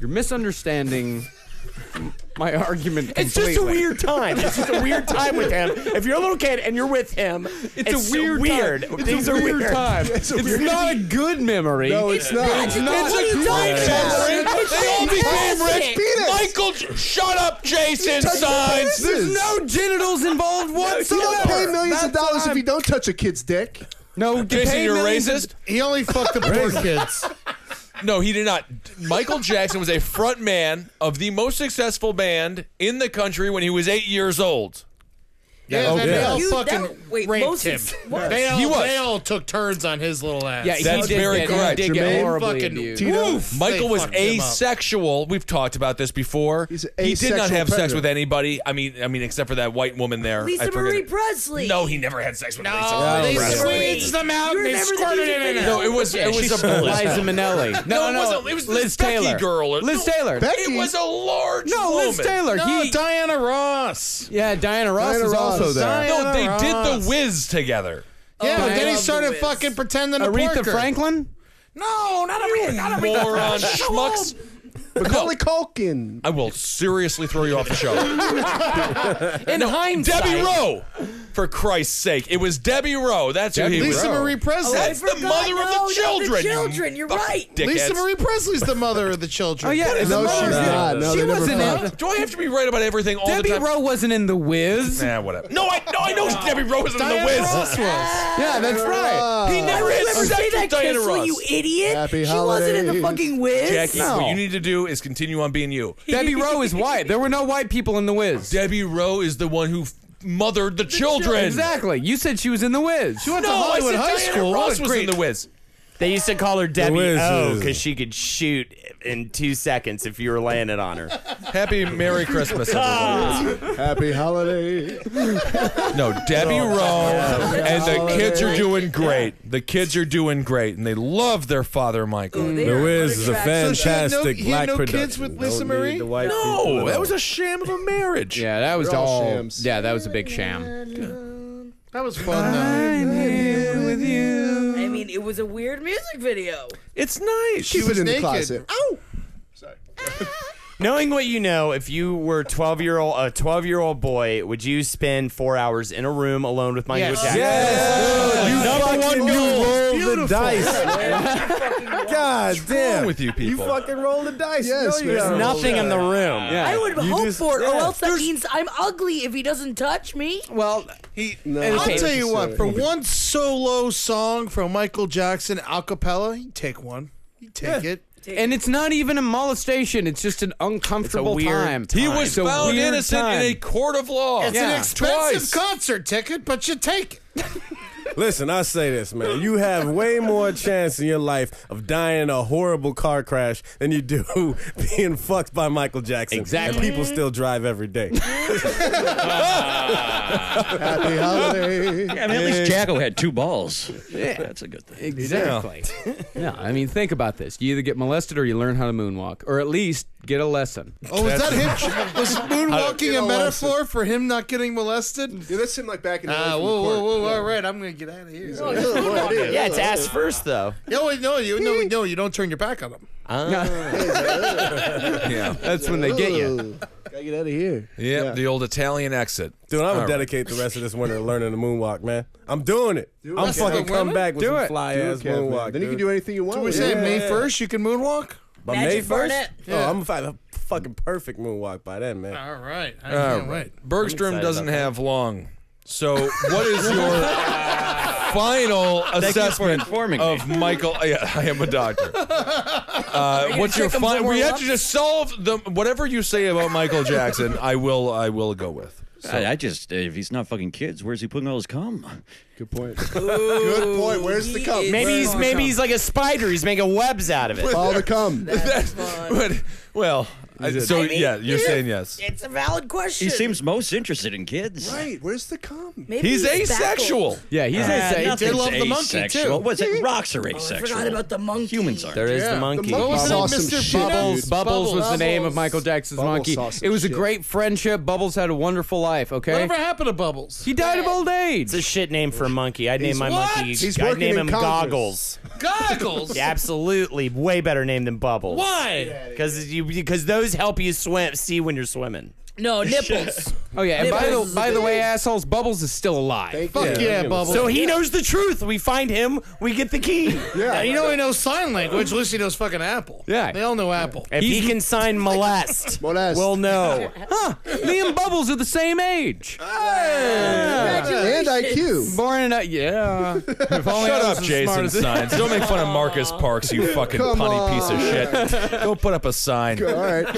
H: You're misunderstanding my argument.
I: It's just a
H: completely.
I: weird time. It's just a weird time with him. If you're a little kid and you're with him, it's,
H: It's a weird.
I: weird.
H: Time. It's
I: Things
H: a
I: are
H: weird, time.
G: It's
H: It's,
G: a weird-
H: not a good memory.
G: No, it's not.
K: It's not. What are you talking about?
J: They all became rich.
G: Penis.
J: Michael, shut up, Jason
G: Touch the
J: Signs.
G: penises.
H: There's no genitals involved
G: You
H: whatsoever.
G: don't pay millions of
H: That's
G: dollars
H: what
G: if you don't touch a kid's dick.
H: I'm- No, you
J: Jason,
H: pay
J: you're
H: millions of-
J: racist.
F: He only fucked the poor kids.
J: No, he did not. Michael Jackson was a front man of the most successful band in the country when he was eight years old.
F: oh, Yeah, and they
A: yeah.
F: all
K: You-
F: fucking
K: that- wait,
F: raped
K: most
F: him.
K: is- what?
F: They all,
J: He was.
F: they all took turns on his little ass.
H: Yeah, he
J: That's
H: did
J: very
H: get,
J: correct.
H: He did get
G: Jermaine
H: horribly
F: fucking
H: abused.
G: Tito.
J: Michael
F: They
J: was
F: fucked him up.
J: asexual. We've talked about this before.
G: He's an
J: he did not
G: asexual
J: have sex
G: predator.
J: with anybody. I mean, I mean, except for that white woman there. I
K: Lisa
J: forget
K: Marie
J: it.
K: Presley.
J: No, he never had sex with Lisa.
F: Oh, they
K: Right.
F: squeezed them out
K: You're
F: and they
K: never the
F: squirted it in
K: DJ.
F: him.
J: No, it was it was a
H: Liza Minnelli. No,
J: No,
H: no,
J: it wasn't. It was
H: Liz
J: this Becky
H: Taylor.
J: girl.
H: Liz
J: No,
H: Taylor.
J: It was a large.
H: no, Liz
J: woman.
H: Taylor.
F: No,
H: he,
F: Diana Ross.
H: yeah, Diana Ross
G: Diana
H: is
G: Ross.
H: also there.
F: Diana
J: No, they did
F: Ross.
J: the whiz together.
F: Yeah, but then
H: Diana
F: he
H: Ross.
F: started fucking pretending to
H: Aretha
F: Parker.
H: Franklin.
F: No, not Aretha. Not Aretha.
J: Moron schmucks.
G: Macaulay Culkin.
J: I will seriously throw you off the show.
H: In hindsight,
J: Debbie Rowe, for Christ's sake, it was Debbie Rowe. That's who he was.
F: Lisa Marie Presley.
J: That's the
K: Oh, forgot.
J: mother
K: No,
J: of
K: no,
J: the
K: the
J: children. you
K: children. You're
J: fucking
K: right.
J: dickheads.
F: Lisa Marie Presley's the mother of the children.
H: Oh yeah,
F: What is
H: it's
G: No,
H: a
G: she's
H: mother.
G: not. No,
H: she
G: they never
H: wasn't in.
G: fucked.
J: Do I have to be right about everything all
H: Debbie
J: the time?
H: Rowe wasn't in The Wiz.
J: Nah, whatever. No, I no, I know Debbie Rowe was in the
F: Diana
J: Wiz.
F: Ross was.
H: Yeah, that's right.
J: He never had
K: Ever
J: sex
K: see
J: with
K: that
J: Diana
K: Kissel,
J: Ross.
K: you idiot?
G: Happy
K: she wasn't in the
G: holidays.
K: fucking whiz.
J: Jackie,
H: No.
J: what you need to do is continue on being you.
H: Debbie Rowe is white. There were no white people in The Wiz.
J: Debbie Rowe is the one who f- mothered the, children.
H: Exactly. You said she was in The Wiz.
F: She went
J: No,
F: to
J: I
F: Hollywood
J: said
F: High
J: Diana Ross
F: School. What a
J: was in
F: great-
J: the Wiz.
I: They used to call her Debbie
A: Whiz
I: O
A: is-
I: because she could shoot in two seconds if you were laying it on her.
J: Happy Merry Christmas, everyone.
G: Happy holiday.
J: No, Debbie Rowe and the kids are doing great. The kids are doing great, and they love their father, Michael.
K: Mm, They
A: The
K: are
A: Wiz is a
F: So
A: fantastic
F: she had no- he had
A: black
F: no kids
A: production.
F: with Lisa
A: Don't need
F: Marie?
A: the white people
J: No,
A: at
J: that
A: all.
J: was a sham of a marriage.
H: Yeah, that was
G: They're all
H: all.
G: shams.
H: Yeah, that was a big sham.
F: That was fun though.
K: I mean, it was a weird music video.
J: It's nice.
G: Keep it in the
F: naked.
G: closet.
I: Knowing what you know, if you were twelve year old a twelve year old boy, would you spend four hours in a room alone with Michael
F: Yes.
I: Jackson?
A: Number one You roll the dice. God damn.
J: with you
A: You
J: people?
A: fucking roll the dice.
G: Yes,
A: you know
G: man.
A: you gotta roll
I: Nothing in the room.
H: Yeah.
K: I would hope
A: just-
K: for it, or
A: yeah.
K: else that means I'm ugly if he doesn't touch me.
H: Well,
G: No,
F: I'll tell you what, for one solo song from Michael Jackson a cappella, you take one. You take it.
H: and it's not even a molestation. It's just an uncomfortable
I: It's a weird
H: time.
J: He was
H: It's a
J: found
H: weird
J: innocent
H: time.
J: in a court of law.
F: It's
H: Yeah.
F: an expensive
J: Twice.
F: concert ticket, but you take it.
A: Listen, I say this, man. You have way more chance in your life of dying in a horrible car crash than you do being fucked by Michael Jackson. Exactly. And people still drive every day.
C: Happy
A: holiday.
C: Yeah, I mean, at least Jacko had two balls. Yeah, that's a good thing.
H: Exactly. no, I mean, think about this. You either get molested or you learn how to moonwalk, or at least get a lesson.
F: Oh, was that him? Was moonwalking a metaphor for him not getting molested?
G: Yeah, that's him like back in the
F: Ah,
G: uh,
F: whoa, whoa, whoa! All right, I'm gonna get out of here.
I: yeah, it's ass first though.
F: No, wait, no, you no, no, you don't turn your back on them.
J: yeah.
H: That's when they get you.
G: Gotta get out of here.
J: Yep, the old Italian exit.
A: Dude, I'm
J: All
A: gonna
J: right.
A: dedicate the rest of this winter to learning the moonwalk, man. I'm doing it.
G: Do it,
A: I'm
G: Kev.
A: fucking
F: Do
A: come
F: it.
A: back with
F: Do
A: some
F: it.
A: fly
G: Do it,
A: ass
G: Kev, man.
A: moonwalk.
G: Then you can
A: dude.
G: do anything you want.
F: We
G: with
F: say
G: it.
F: May
A: Yeah.
F: first, you can moonwalk.
A: By May
K: Magic burn
A: first.
K: it.
A: Oh, I'm fi- a fucking perfect moonwalk by then, man.
F: All right, I
J: All
F: can't
J: right.
F: wait.
J: Bergstrom
I: excited
J: doesn't
I: about that.
J: have long. So, what is your final
C: you for
J: assessment
C: informing me.
J: of Michael? Yeah, I am a doctor. Uh, what's
K: take
J: your
K: him for
J: final?
K: more
J: We have
K: walks?
J: to just solve the whatever you say about Michael Jackson. I will. I will go with.
C: I, I just, if he's not fucking kids, where's he putting all his cum?
G: Good point. Good point. Where's the cum?
I: Maybe he's maybe he's like a spider. He's making webs out of it.
G: All the cum.
K: That's fun.
J: But, well, I- so
K: Maybe.
J: yeah, you're saying yes.
K: It's a valid question.
C: He seems most interested in kids.
G: Right. Where's the cum?
K: Maybe
J: He's asexual.
H: Yeah, he's
C: Yeah,
H: a
C: nothing's
H: did love the monkey
C: asexual.
H: too.
C: Was it rocks are
K: Oh, I
C: asexual?
K: forgot about the monkey.
C: Humans are.
I: There is the monkey.
G: monkey.
F: was
G: saw
F: it,
G: some
F: Mr.
G: shit,
F: Bubbles?
G: dude.
H: Bubbles was the name of
F: Bubbles.
H: Michael Jackson's
G: Bubbles
H: monkey.
G: saw some
H: It was a
G: shit.
H: great friendship. Bubbles had a wonderful life. Okay,
F: Whatever happened to Bubbles?
H: he died of old age.
I: It's a shit name for a monkey. I'd name my
F: What?
I: monkey.
G: He's
I: I'd
G: working
I: name
G: in
I: him
G: Congress.
I: Goggles.
F: Goggles.
I: Yeah, absolutely, way better name than Bubbles.
F: Why?
I: Because you because those help you swim see when you're swimming.
K: No, nipples.
H: oh yeah, and
K: Yeah,
H: by
K: Bubbles
H: the
K: is
H: by
K: a
H: the
K: bitch.
H: way, assholes, Bubbles is still alive.
G: Thank
F: Fuck
G: you.
F: yeah, Bubbles.
I: So he knows the truth. We find him, we get the key.
F: Now, you know he knows sign language. At least he knows fucking apple.
H: Yeah.
F: they all know apple.
I: If he
H: He's-
I: can sign molest,
G: Molest.
I: we'll know.
H: Me and Bubbles are the same age.
G: And IQ.
H: Born in a Oh, yeah. If only I was
J: Shut up,
H: as smart
J: Jason
H: as-
J: Signs. Don't make fun of Marcus Parks, you fucking
G: Come
J: punny
G: on.
J: piece of shit. Go put up a sign.
G: All right.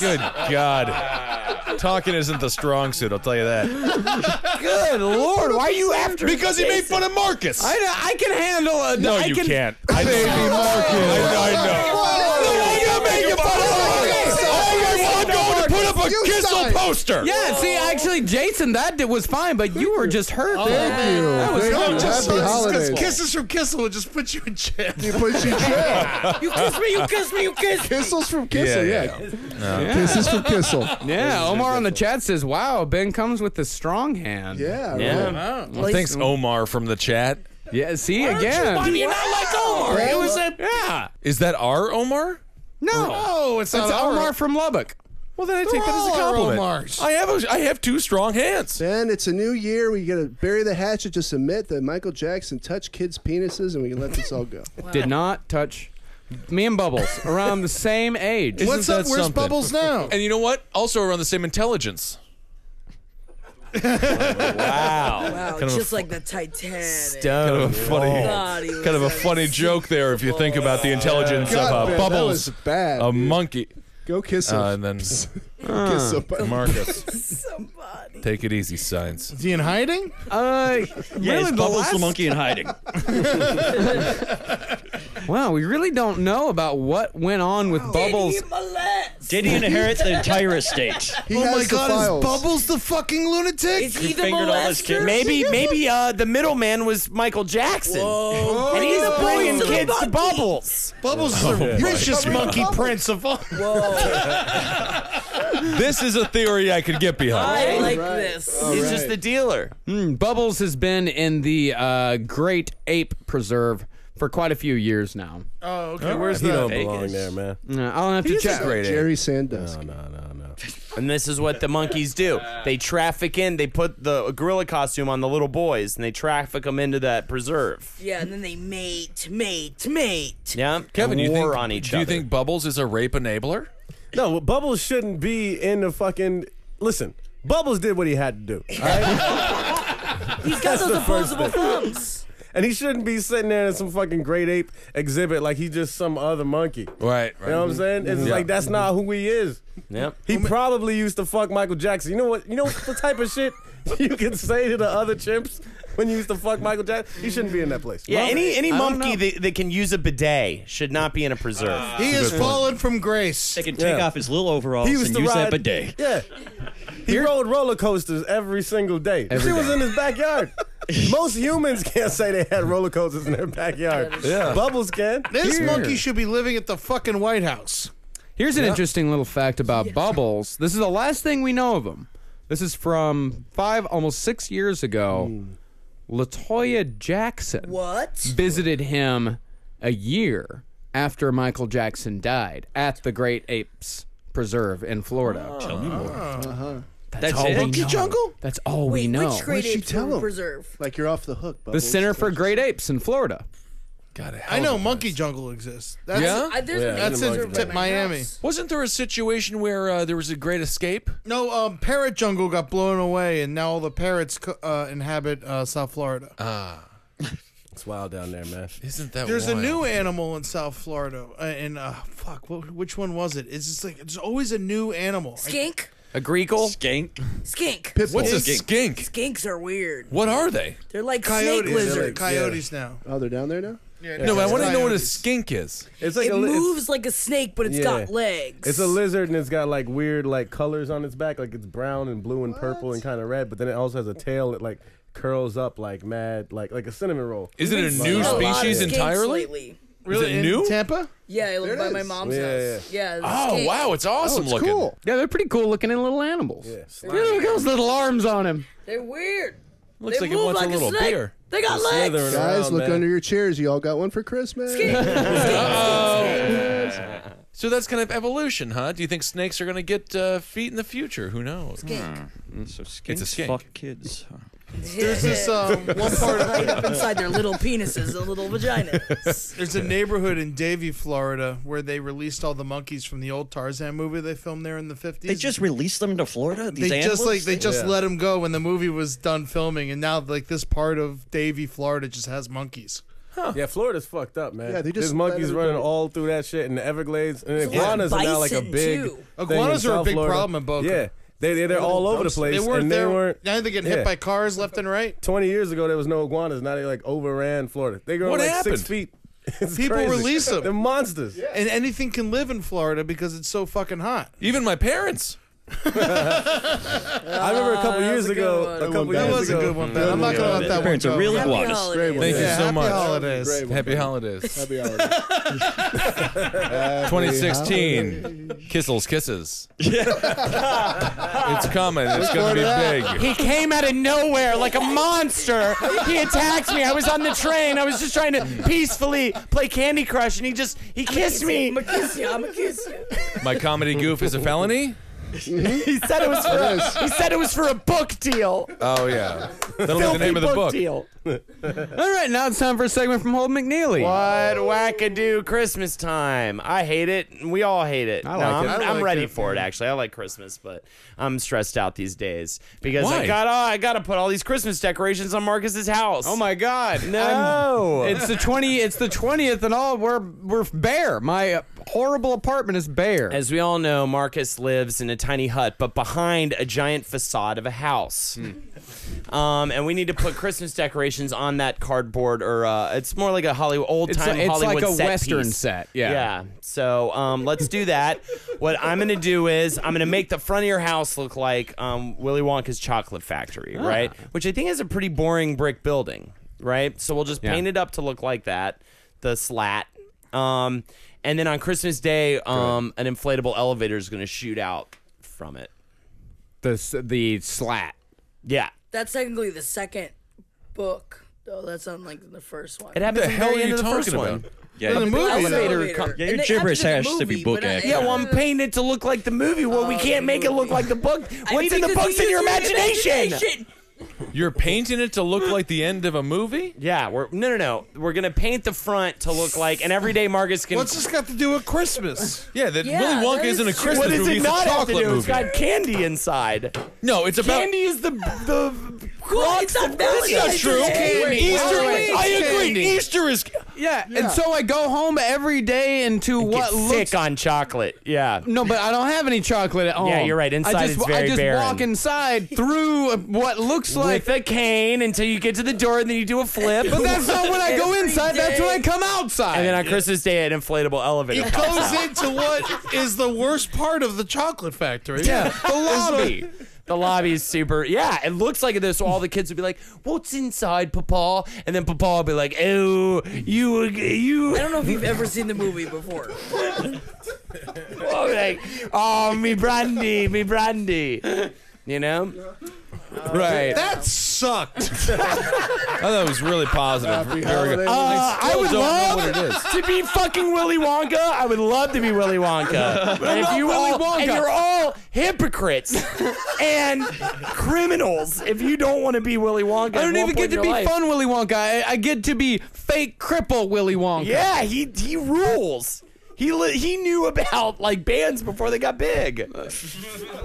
J: Good God. Talking isn't the strong suit, I'll tell you that.
H: Good lord, why are you after?
J: Because he made fun of Marcus.
H: I, know- I can handle a
J: no,
H: I
J: you
H: can,
J: can't. I know. Baby Marcus. I know. I know. You're making fun of Marcus. I am going to put up a
G: You
J: Kissel
G: sign.
J: poster.
H: Yeah, see, actually, Jason, that did, was fine, but you were just hurt. there.
G: Thank you.
H: was
G: Thank
H: good.
G: you.
H: Just
G: Happy holidays.
F: Kisses from Kissel would just put you in jail.
G: You put your chair.
K: You kiss me, you kiss me, you kiss me.
G: Kissels from Kissel.
J: Yeah,
G: Yeah. Kisses from Kissel.
H: Yeah, Omar on the chat says, "Wow, Ben comes with the strong hand."
G: Yeah.
I: Yeah.
G: Right.
J: Well, thanks, Omar, from the chat.
H: yeah. See
I: Why do
H: again.
I: you not like Omar?
G: Well,
H: Yeah.
J: Is that our Omar?
H: No,
F: Oh, it's
H: it's
F: not our-
H: Omar from Lubbock.
J: Well, then I
F: They're all our Omars.
J: I have, a, I have two strong hands.
G: Ben, it's a new year. We gotta bury the hatchet. Just admit that Michael Jackson touched kids' penises, and we can let this all go.
H: Did not touch me and Bubbles around the same age.
J: Isn't
F: What's up?
J: that
F: Where's
J: something?
F: Bubbles now?
J: And you know what? Also around the same intelligence.
K: Wow,
J: of a
K: just like the Titanic.
J: Kind of a funny,
K: God, he was
J: kind of a
K: like
J: funny joke there if you think about the intelligence
G: God,
J: of uh,
G: Ben, That
J: Bubbles,
G: was bad.
F: Um,
J: a monkey,
G: go kiss him.
J: uh, and then
F: uh,
G: kiss somebody.
J: Marcus.
K: Somebody.
J: Take it easy, signs.
F: Is he in hiding?
C: Yeah,
H: Uh, really,
C: it's
H: the
C: Bubbles the
H: last-
C: monkey in hiding.
H: Wow, we really don't know about what went on with Bubbles.
K: Did he molest?
C: Did he inherit the entire estate?
G: He
F: oh
G: has
F: my
G: the
F: God!
G: files.
F: Is Bubbles the fucking lunatic?
K: Is he the
C: fingered all his
K: molester?
C: kids?
I: Maybe maybe uh, the middleman was Michael Jackson,
K: Whoa.
I: and he's
K: Bring the
I: bringing
K: boys to the
I: kids to
K: monkey.
I: Bubbles.
F: Oh, Bubbles is the richest monkey prince of all.
J: This is a theory I could get behind.
K: I like this.
I: He's just the dealer.
H: Hmm, Bubbles has been in the uh, Great Ape Preserve for quite a few years now.
F: Oh, okay. Where's
A: He don't
F: the?
A: belong there, man.
H: Uh, I'll have to check.
J: Great ape.
G: Jerry Sandusky.
I: And this is what the monkeys do. They traffic in. They put the gorilla costume on the little boys, and they traffic them into that preserve.
K: Yeah, and then they mate, mate, mate.
I: Yeah,
J: Kevin, do you
I: war
J: think,
I: on each
J: do you
I: other.
J: think Bubbles is a rape enabler?
A: No, well, Bubbles shouldn't be in the fucking. Listen, Bubbles did what he had to do, all right?
K: He's got those opposable thumbs.
A: and he shouldn't be sitting there in some fucking great ape exhibit like he's just some other monkey.
J: Right. Mm-hmm.
A: You know what I'm saying? It's like that's not who he is.
I: Yep.
A: He probably used to fuck Michael Jackson. You know what? You know the type of shit you can say to the other chimps. when you used to fuck Michael Jackson. You shouldn't be in that place.
I: Yeah, any any
A: I don't
I: monkey that, that can use a bidet should not be in a preserve.
F: He has fallen from grace.
C: They can take
A: Yeah.
C: off his little overalls
A: He
C: and
A: used to
C: use that
A: ride
C: bidet.
A: Yeah. He rode roller coasters every single day.
H: Every
A: she was
H: day.
A: in his backyard. Most humans can't say they had roller coasters in their backyard.
J: Yeah.
A: Bubbles can.
F: This
A: Here.
F: monkey should be living at the fucking White House.
H: Here's an interesting little fact about Bubbles. This is the last thing we know of him. This is from five, almost six years ago. Latoya Jackson
K: What?
H: visited him a year after Michael Jackson died at the Great Apes Preserve in Florida.
C: Tell me more.
H: That's,
C: That's
H: all
C: it?
H: we
C: Monkey
H: know.
G: jungle?
H: That's all we
K: Wait,
H: know.
K: which great
G: What'd she
K: apes
G: tell
K: were
G: him?
K: preserved?
G: Like you're off the hook.
H: the
G: Bubbles.
H: Center for Great Apes in Florida.
F: I know monkey jungle exists. That's,
J: Yeah?
K: I, Uh, there's
A: Yeah.
K: an ape
F: That's in
K: preserve
F: Tip
K: my
F: Miami.
K: house.
J: Wasn't there a situation where uh, there was a great escape?
F: No, um, parrot jungle got blown away, and now all the parrots co- uh, inhabit uh, South Florida.
A: It's wild down there, man.
J: Isn't that
F: There's a
J: wild?
F: new animal in South Florida, uh, and uh, fuck, what, which one was it? It's just like there's always a new animal.
K: Skink?
H: Agreeable.
C: Skink.
K: Skink.
J: What's a
C: Skink.
J: skink?
K: Skinks are weird.
J: What are they?
K: They're like
F: coyotes,
K: snake
F: they're
K: lizards.
F: coyotes now.
G: Oh, they're down there now.
J: No, I want to know what a
F: Coyotes.
J: skink is.
A: It's like
K: it
A: a li- it's-
K: moves like a snake, but it's
A: Yeah.
K: got legs.
A: It's a lizard and it's got like weird like colors on its back, like it's brown and blue and purple and kind of red. But then it also has a tail that like curls up like mad, like like a cinnamon roll.
J: Is it a
K: We've
J: new
K: seen lot of
J: species
K: skinks
J: entirely?
K: Lately.
J: Really? Is it new?
F: Tampa?
K: Yeah, I live by my mom's
A: Yeah,
K: house. Yeah.
J: Oh wow, it's awesome
G: it's
J: looking.
G: cool.
H: Yeah, they're pretty cool looking little animals. Yeah, look at those little arms on him.
K: They're weird.
J: Looks
K: they
J: like it
K: move
J: wants
K: like
J: a little
K: snake.
J: beer.
K: They got legs.
A: Slithering
G: Guys,
A: around,
G: look
A: man.
G: under your chairs. You all got one for Christmas.
J: So that's kind of evolution, huh? Do you think snakes are going to get uh, feet in the future? Who knows?
K: Skink.
C: So skinks
J: skink.
C: fuck kids.
F: There's this um, one part of
K: right up inside their little penises, their little vaginas.
F: There's a neighborhood in Davie, Florida, where they released all the monkeys from the old Tarzan movie they filmed there in the 50s.
C: They just released them to Florida. These
F: they
C: animals.
F: just like they just
A: Yeah.
F: let him go when the movie was done filming, and now like this part of Davie, Florida, just has monkeys.
A: Yeah, Florida's fucked up, man.
G: Yeah, they just
A: There's monkeys
G: let
A: running
G: everybody-
A: all through that shit in the Everglades. And
K: There's a lot of
A: iguanas are now like a
K: bison,
A: big.
K: too.
A: thing
F: Iguanas
A: in
F: are a
A: South
F: big
A: Florida.
F: problem in Boca.
A: Yeah, they they they're all over the place.
F: They weren't
A: and
F: there.
A: They weren't,
F: now they're getting
A: yeah.
F: hit by cars left and right.
A: Twenty years ago, there was no iguanas. Now they like overran Florida. They grow
J: What
A: like
J: happened?
A: six feet. It's
F: People
A: crazy.
F: release 'em.
A: They're monsters.
F: And anything can live in Florida because it's so fucking hot.
J: Even my parents.
A: I remember a couple
K: that
A: years
K: was a good
A: ago.
K: one.
A: A couple
F: That
A: years
F: was a
A: ago,
F: good one, man. I'm not gonna let
C: Their
F: that one
C: parents
F: go.
C: are real
K: Happy
C: iguanas.
K: holidays.
G: one.
J: Thank
F: Yeah,
J: you so
F: happy
J: much.
F: holidays.
G: Great one.
J: Happy holidays.
G: Happy holidays.
J: 2016. Kissels, kisses. it's coming. It's going to be big.
H: He came out of nowhere like a monster. He attacked me. I was on the train. I was just trying to peacefully play Candy Crush, and he just he kissed
K: I'ma kiss you. I'ma kiss you.
J: My comedy goof is a felony?
H: He said it was for a, he said it was for a book deal.
J: Oh, yeah. That'll be the name of the book.
H: deal. All right, now it's time for a segment from Hold McNeely.
I: What wackadoo Christmas time. I hate it. and We all hate it.
H: like
I: I'm,
H: it. I
I: I'm
F: like
I: ready
F: it.
I: for it actually. I like Christmas, but I'm stressed out these days because
J: Why?
I: I got oh, I got to put all these Christmas decorations on Marcus's house.
H: Oh my God!
I: No.
H: I'm- it's the twenty. It's the twentieth, and all we're we're bare. My uh, horrible apartment is bare.
I: As we all know, Marcus lives in a tiny hut, but behind a giant facade of a house.
H: Hmm.
I: Um, and we need to put Christmas decorations on that cardboard, or uh, it's more like a Hollywood old
H: It's
I: time
H: a- it's
I: Hollywood
H: like a
I: set
H: Western
I: piece.
H: set, yeah.
I: Yeah. So um, let's do that. what I'm gonna do is I'm gonna make the front of your house look like um, Willy Wonka's chocolate factory,
H: Ah.
I: right? Which I think is a pretty boring brick building, right? So we'll just
H: Yeah.
I: paint it up to look like that, the slat. Um, and then on Christmas Day, um, an inflatable elevator is gonna shoot out from it.
H: the s- the slat.
I: Yeah.
K: That's technically the second book, though. That's unlike the first one.
I: It happens
J: The
I: at the
J: hell
I: very
J: are
I: end
J: you
I: of the first
J: talking
I: one.
J: about?
C: Yeah,
F: The
C: but-
F: movie.
K: Elevator.
I: Elevator com-
C: Yeah, your
K: And it
C: gibberish
K: happens in
C: has
K: the
C: to be
K: movie,
C: book
K: but I-
C: accurate.
I: Yeah, well, I'm painting it to look like the movie. Well, we can't make it look like the book. What's in the
K: because
I: books
K: you
I: in your
K: use
I: imagination?
J: You're painting it to look like the end of a movie?
I: Yeah, we're no, no, no. We're gonna paint the front to look like an everyday Marcus can.
F: What's this got to do with Christmas?
J: Yeah, that
K: Yeah,
J: Willy Wonka
K: that
J: isn't a
K: is true.
J: Christmas
I: what does
J: movie.
I: it
J: It's a
I: not have to
J: chocolate
I: do? It's
J: movie.
I: got candy inside.
J: No, it's about
I: Candy is the the.
K: Well, it's not
I: That's not
K: Valentine's
I: true.
K: Day.
J: Easter.
F: Wait,
J: I
F: it's
J: agree.
F: candy.
J: Easter is.
H: Yeah. And so I go home every day into what
I: Get
H: looks
I: sick on chocolate. Yeah.
H: No, but I don't have any chocolate at home.
I: Yeah, you're right. Inside
H: I just,
I: it's very
H: I just
I: barren.
H: walk inside through a- what looks like.
I: With a cane until you get to the door, and then you do a flip.
H: but that's not when I go
K: Every
H: inside. That's when I come outside.
I: And then on Christmas Day, an inflatable elevator.
F: It
I: pops
F: goes
I: out.
F: into what is the worst part of the chocolate factory.
H: yeah, the lobby.
I: lobby. The lobby is super. Yeah, it looks like this. So all the kids would be like, "What's inside, Papa?" And then Papa would be like, "Oh, you, you."
K: I don't know if you've ever seen the movie before.
I: Oh, like, oh, me brandy, me brandy. You know,
J: right.
F: That sucked.
J: I thought it was really positive.
G: Happy
J: Very
G: holidays.
J: good.
I: uh, I
J: still
I: would
J: don't know
I: love
J: what it is.
I: to be fucking Willy Wonka. I would love to be Willy Wonka. And if you all, and you're all hypocrites and criminals if you don't want to be Willy Wonka.
H: I don't even get to be fun Willy Wonka. I, I get to be fake cripple Willy Wonka.
I: Yeah, he he rules. He li- he knew about like bands before they got big.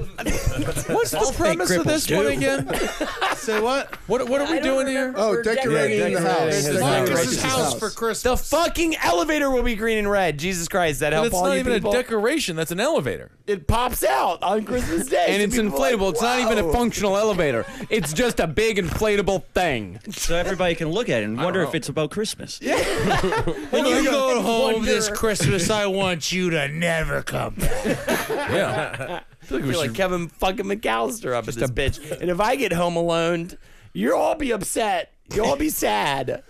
J: What's the premise of this
C: cripples
J: one
C: do.
J: again?
F: Say what?
J: What what are we doing here?
G: oh, decorating, the
A: Yeah, decorating
G: house.
A: his
G: Decorating
A: house.
F: Marcus's
G: his
F: house for
I: The
F: Christmas.
I: fucking elevator will be green and red. Jesus Christ, that help
J: That's
I: all
J: not
I: you
J: even
I: people.
J: a decoration. That's an elevator.
I: it pops out on Christmas Day,
H: And
I: So
H: it's
I: people are
H: inflatable.
I: like,
H: it's not even a
I: "Whoa."
H: functional elevator. It's just a big inflatable thing.
C: so everybody can look at it and wonder if it's about Christmas. Yeah.
F: When you go home this Christmas, I want you to never come back.
J: Yeah.
I: I feel like Kevin fucking McAllister up in this bitch. And if I get home alone, you'll all be upset. You'll all be sad.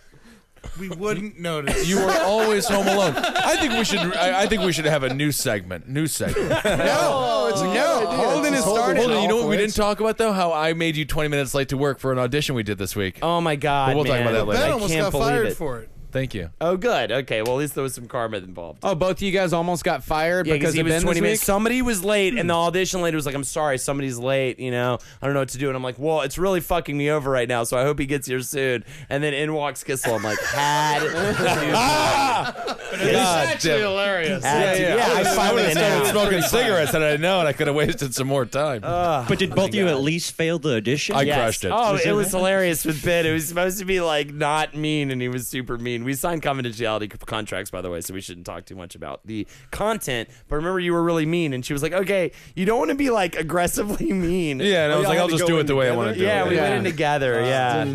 F: We wouldn't notice.
J: You are always home alone. I think we should. I, I think we should have a new segment. New segment.
G: Oh, it's a good
J: No,
G: idea.
J: Holden
G: It's
J: is
G: just hold it
J: starting.
G: out
J: You know what
G: for
J: we
G: it.
J: didn't talk about though? How I made you 20 minutes late to work for an audition we did this week.
I: Oh my god.
J: But we'll talk
I: man.
J: about that later.
F: Ben
I: I
F: almost
I: can't
F: got
I: believe
F: fired
I: it.
F: for it.
J: Thank you.
I: Oh good. Okay. Well at least there was some karma involved.
H: Oh, both of you guys almost got fired
I: Yeah,
H: because
I: because he
H: of
I: was
H: Ben
I: 20
H: this
I: minutes.
H: week?
I: Somebody was late, and the audition lady was like, I'm sorry, somebody's late, you know, I don't know what to do. And I'm like, well, it's really fucking me over right now, so I hope he gets here soon. And then in walks Kissel. I'm like, had.
J: God damn.
F: hilarious.
I: yeah, yeah, yeah. I
J: I would
I: finally
J: have started smoking cigarettes had I known. I could have wasted some more time.
C: Uh, But did both of you at least fail the audition?
J: I crushed it.
I: Oh, it was hilarious with Ben. It was supposed to be like not mean, and he was super mean. We signed confidentiality c- contracts, by the way, so we shouldn't talk too much about the content. But remember, you were really mean, and she was like, "Okay, you don't want to be like aggressively mean."
J: yeah, and I was like, I'll just do it the way I want to do
I: yeah.
J: it.
I: We
H: Yeah.
I: went in together. yeah,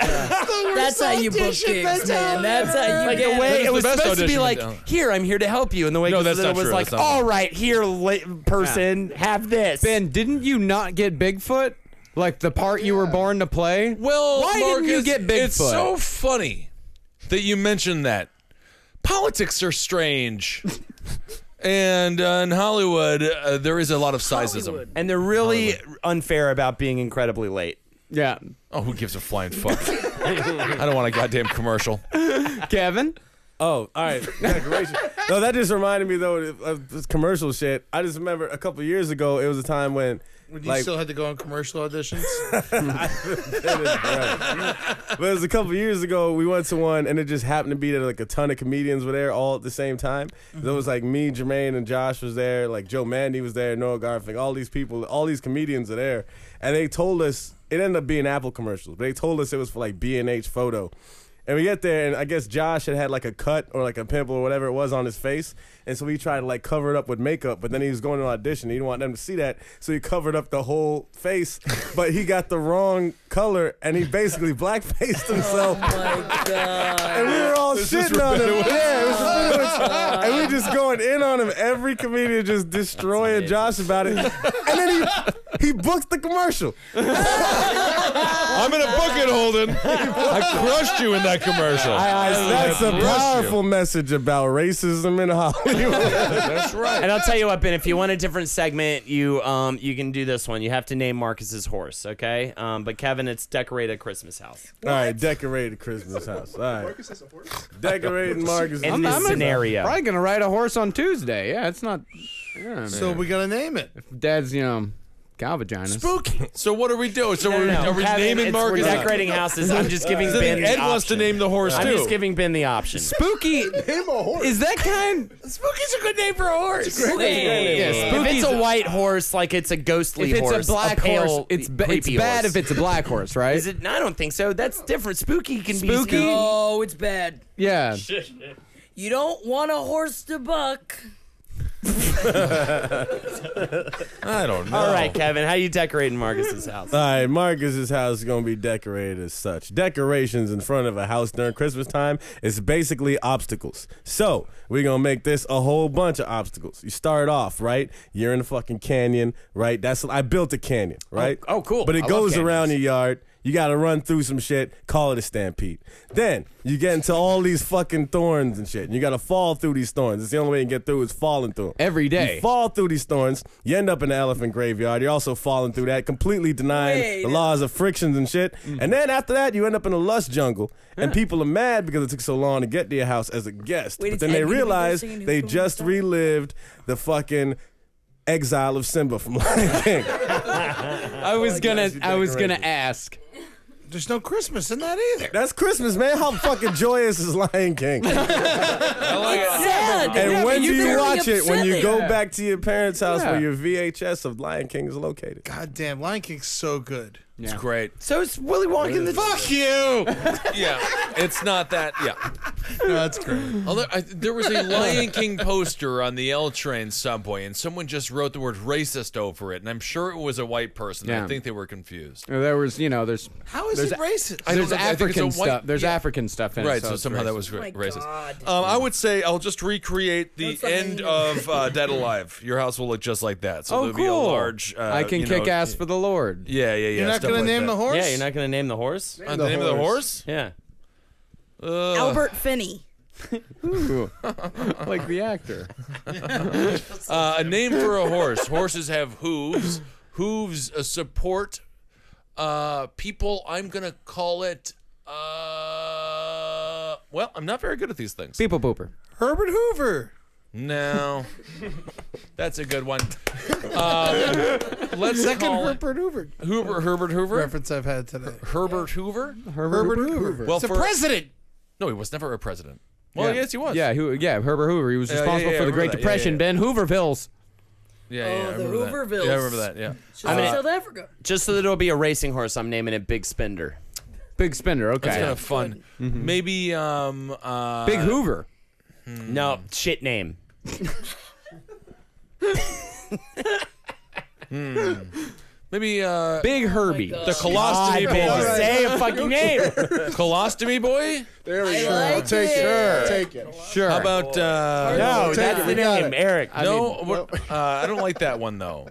K: That's how you book gigs, man. That's how you
I: like
K: get
I: the way
J: That's
I: it
J: the
I: was
J: best
I: supposed to be
J: audition
I: like,
J: we've done.
I: "Here, I'm here to help you," and the way
J: Oh. No,
I: Gisela
J: that's not
I: was
J: true.
I: like,
J: That's not
I: "All
J: true.
I: right, here, la- person, have this."
H: Ben, didn't you not get Bigfoot? Like the part you were born to play?
J: Well,
H: Why didn't you
J: Marcus,
H: get
J: It's
H: Bigfoot?
J: so funny that you mentioned that. Politics are strange. And uh, in Hollywood, uh, there is a lot of sizeism.
I: and they're really unfair about being incredibly late.
H: yeah.
J: Oh, who gives a flying fuck? I don't want a goddamn commercial.
H: Kevin?
A: Oh, all right. Decoration. no, that just reminded me though of- of this commercial shit. I just remember a couple years ago, it was a time when,
F: When you
A: like,
F: still had to go on commercial auditions.
A: but it was a couple years ago we went to one and it just happened to be that like a ton of comedians were there all at the same time. There was like me, Jermaine, and Josh was there. Like Joe Mandy was there, Noah Garfinkel, all these people, all these comedians are there, and they told us it ended up being Apple commercials, but they told us it was for like B and H photo. And we get there, and I guess Josh had had like a cut or like a pimple or whatever it was on his face, and so he tried to like cover it up with makeup. But then he was going to an audition, he didn't want them to see that, so he covered up the whole face. but he got the wrong color, and he basically blackfaced himself.
K: oh my God.
A: and we were all shitting on him. Yeah, it was ridiculous. and we just going in on him. Every comedian just destroying Josh about it, and then he he booked the commercial.
J: I'm gonna book it, Holden. I crushed you in that commercial.
A: That's a
J: Bless you.
A: powerful message about racism in Hollywood.
J: That's right.
I: And I'll tell you what, Ben. If you want a different segment, you um you can do this one. You have to name Marcus's horse, okay? Um, but Kevin, it's decorate a Christmas house
A: All right, decorated Christmas house. All right,
G: Marcus has a horse?
A: decorating Marcus.
I: in
A: I'm
I: this
A: not-
I: scenario.
H: Probably going to ride a horse on Tuesday. Yeah, it's not.
F: so we gotta name it.
H: Dad's, you know, cow vaginas.
J: Spooky. So what are we doing? So
I: No,
J: we're,
I: no, no.
J: are we
I: Kevin,
J: naming
I: it's-
J: Marcus?
I: We're decorating houses. I'm just giving
J: So
I: Ben.
J: Ed
I: the
J: wants to
I: option.
J: name the horse
I: I'm
J: too.
I: just giving Ben the option.
H: Spooky.
G: Name a horse.
H: Is that kind?
I: Spooky's a good name for a horse.
H: Yeah,
I: if
H: Spooky's
I: it's a white horse, like it's a ghostly
H: If it's
I: horse,
H: a black
I: pale,
H: horse, it's ba- it's
I: creepy
H: bad if
I: horse.
H: it's a black horse, right?
I: Is it? I don't think so. That's different. Spooky can be
H: Spooky?
K: Oh, it's bad.
H: Yeah.
K: You don't want a horse to buck.
J: I don't know.
I: All right,
A: Oh.
I: Kevin, how you decorating Marcus's house?
A: All right, Marcus's house is gonna be decorated as such. Decorations in front of a house during Christmas time is basically obstacles. So we're gonna make this a whole bunch of obstacles. You start off right. You're in a fucking canyon, right? That's I built a canyon, right?
I: Oh- oh, cool.
A: But
I: I
A: it
I: love
A: goes
I: canyons.
A: around your yard. You gotta run through some shit. Call it a stampede. Then you get into all these fucking thorns and shit. And you gotta fall through these thorns. It's the only way you can get through is falling through 'em.
H: Every day.
A: You fall through these thorns. You end up in the elephant graveyard. You're also falling through that, completely denying
K: Wait.
A: the laws of frictions and shit.
H: Mm-hmm.
A: And then after that, you end up in a lust jungle, and people are mad because it took so long to get to your house as a guest.
K: Wait,
A: but
K: is
A: then
K: Ed
A: they
K: gonna be there
A: realize
K: singing Who
A: they
K: Framed
A: just
K: the Sun?
A: relived the fucking exile of Simba from Lion King.
H: I was gonna. I was gonna ask.
F: There's no Christmas in that either.
A: That's Christmas, man. How fucking joyous is Lion King?
K: Sad.
A: And
K: Oh, Yeah,
A: when
K: but
A: do
K: you're
A: you
K: very
A: watch it? When you
K: upsetting.
A: go back to your parents' house
H: Yeah.
A: where your VHS of Lion King is located.
F: God damn, Lion King's so good.
J: It's great.
I: So it's Willy Wonka in the
F: Fuck you.
J: Yeah, it's not that. Yeah.
F: No, that's great.
J: Although I, there was a Lion King poster on the L train subway, and someone just wrote the word racist over it, and I'm sure it was a white person.
H: Yeah.
J: I think they were confused.
H: There was, you know, there's
F: How is
H: There's
F: it racist?
J: I don't
H: there's
J: know, I think it's a
H: African
J: white-
H: stuff. There's
J: yeah.
H: African stuff in it.
J: Right, so,
H: it's
J: somehow
H: racist.
J: that was
K: my
J: ra- racist.
K: God.
J: Um, I would say I'll just recreate the
K: That's something
J: end
K: you-
J: of uh, Dead Alive. Your house will look just like that. So
H: Oh,
J: there'll
H: cool.
J: be a large. Uh,
H: I can
J: you
H: kick
J: know,
H: ass for the Lord.
J: Yeah, yeah, yeah.
F: You're not
J: stuff
F: gonna
J: like
F: name
J: that.
F: the horse?
I: Yeah, you're not gonna name the horse.
J: Uh, the, name of the horse?
I: Yeah.
J: Uh,
K: Albert Finney.
H: like the actor.
J: uh, a name for a horse. Horses have hooves. Hooves uh, support uh, people. I'm gonna call it. Uh, well, I'm not very good at these things.
H: People pooper.
F: Herbert Hoover.
J: No, that's a good one. Uh, let's
F: Second
J: call it
F: Herbert Hoover
J: Hoover, Herbert Hoover,
F: reference I've had today.
J: Herbert Hoover.
F: Herbert Hoover.
J: Well,
F: it's a
J: for-
F: president.
J: No, he was never a president. Well, Oh, yes, he was.
H: Yeah, who, yeah, Herbert Hoover. He was
J: Yeah, yeah,
H: responsible
J: yeah, I
H: for the Great
J: remember that. Yeah,
H: Depression.
J: yeah,
H: Ben Hoovervilles.
J: yeah,
K: Oh,
J: yeah. I
K: the
J: remember that.
K: Hoovervilles.
J: Yeah, I remember that. Yeah.
K: She's from South Africa.
I: Just so that it'll be a racing horse, I'm naming it Big Spender.
H: Big spender. Okay.
J: That's kind of fun.
F: Mm-hmm.
J: Maybe um uh
H: Big Hoover.
J: Hmm.
I: No shit name.
J: maybe uh
H: Big Herbie.
K: God.
J: the colostomy
I: God, Ben,
J: boy.
I: just say a fucking name.
J: Colostomy boy?
G: There we go.
K: like
G: take it.
K: it.
G: Take it.
H: Sure.
J: How about uh
I: No,
G: Take
I: that's
G: it,
I: the
G: we got
I: name,
G: it.
I: Eric.
J: no, what, uh, I don't like that one though.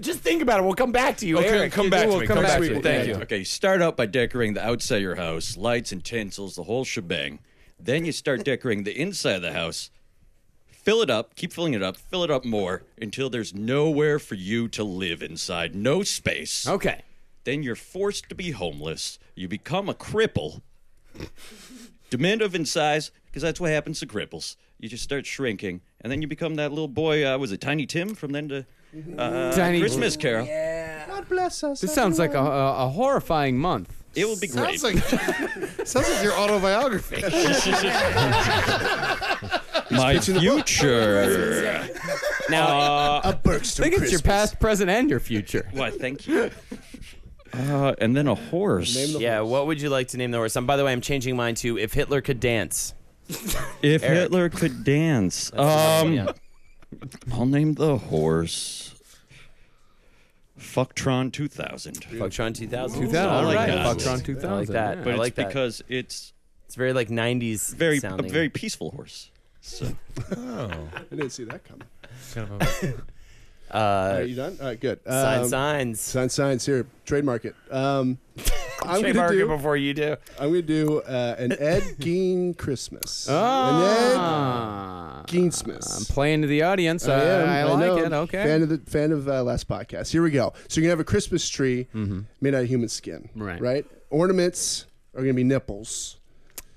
I: just think about it. We'll come back to you,
J: Okay,
I: Eric.
J: come back
H: we'll
J: to me.
H: come
J: Come
H: back to
J: back to me.
H: it.
J: Thank you.
C: Okay, you start out by decorating the outside of your house, lights and tinsels, the whole shebang. Then you start decorating the inside of the house. Fill it up, keep filling it up, fill it up more until there's nowhere for you to live inside, no space.
H: Okay.
C: Then you're forced to be homeless. You become a cripple. Diminutive in size, because that's what happens to cripples. You just start shrinking, and then you become that little boy. Uh, was it Tiny Tim from then to uh,
H: Tiny-
C: Christmas Carol?
G: God bless us.
H: This sounds like a, a, a horrifying month.
C: It would be great.
F: Sounds like sounds like your autobiography.
C: My future. Uh,
I: Now,
G: a Bergstrom
H: I think it's your
G: Christmas.
H: past, present, and your future.
C: Why, thank you. Uh, and then a horse.
I: yeah, what would you like to name the horse? And by the way, I'm changing mine to If Hitler Could Dance.
C: if Hitler could dance. Um, I'll name the horse Fucktron 2000.
I: Fucktron 2000.
H: 2000.
I: I like
H: Alright,
I: that.
H: Foxtron 2000.
I: I like that.
C: But
I: I like
C: it's
I: that.
C: because it's
I: it's very like 90s
C: very
I: sounding.
C: a very peaceful horse. So
G: I didn't see that coming.
I: uh,
G: Are you done? All right, good.
I: sign
G: Um,
I: signs.
G: Sign signs here. Trademark it. Um, I'm going to
I: Trademark it
G: do,
I: before you do.
G: I'm gonna do uh, an Ed Gein Christmas.
H: Ah.
G: An Ed Gein
H: Uh, I'm playing to the audience. Uh,
G: I am.
H: I, I like
G: know.
H: it. Okay.
G: Fan of the fan of uh, last podcast. Here we go. So you're gonna have a Christmas tree made out of human skin.
H: Mm-hmm. Right.
G: Right. Ornaments are gonna be nipples.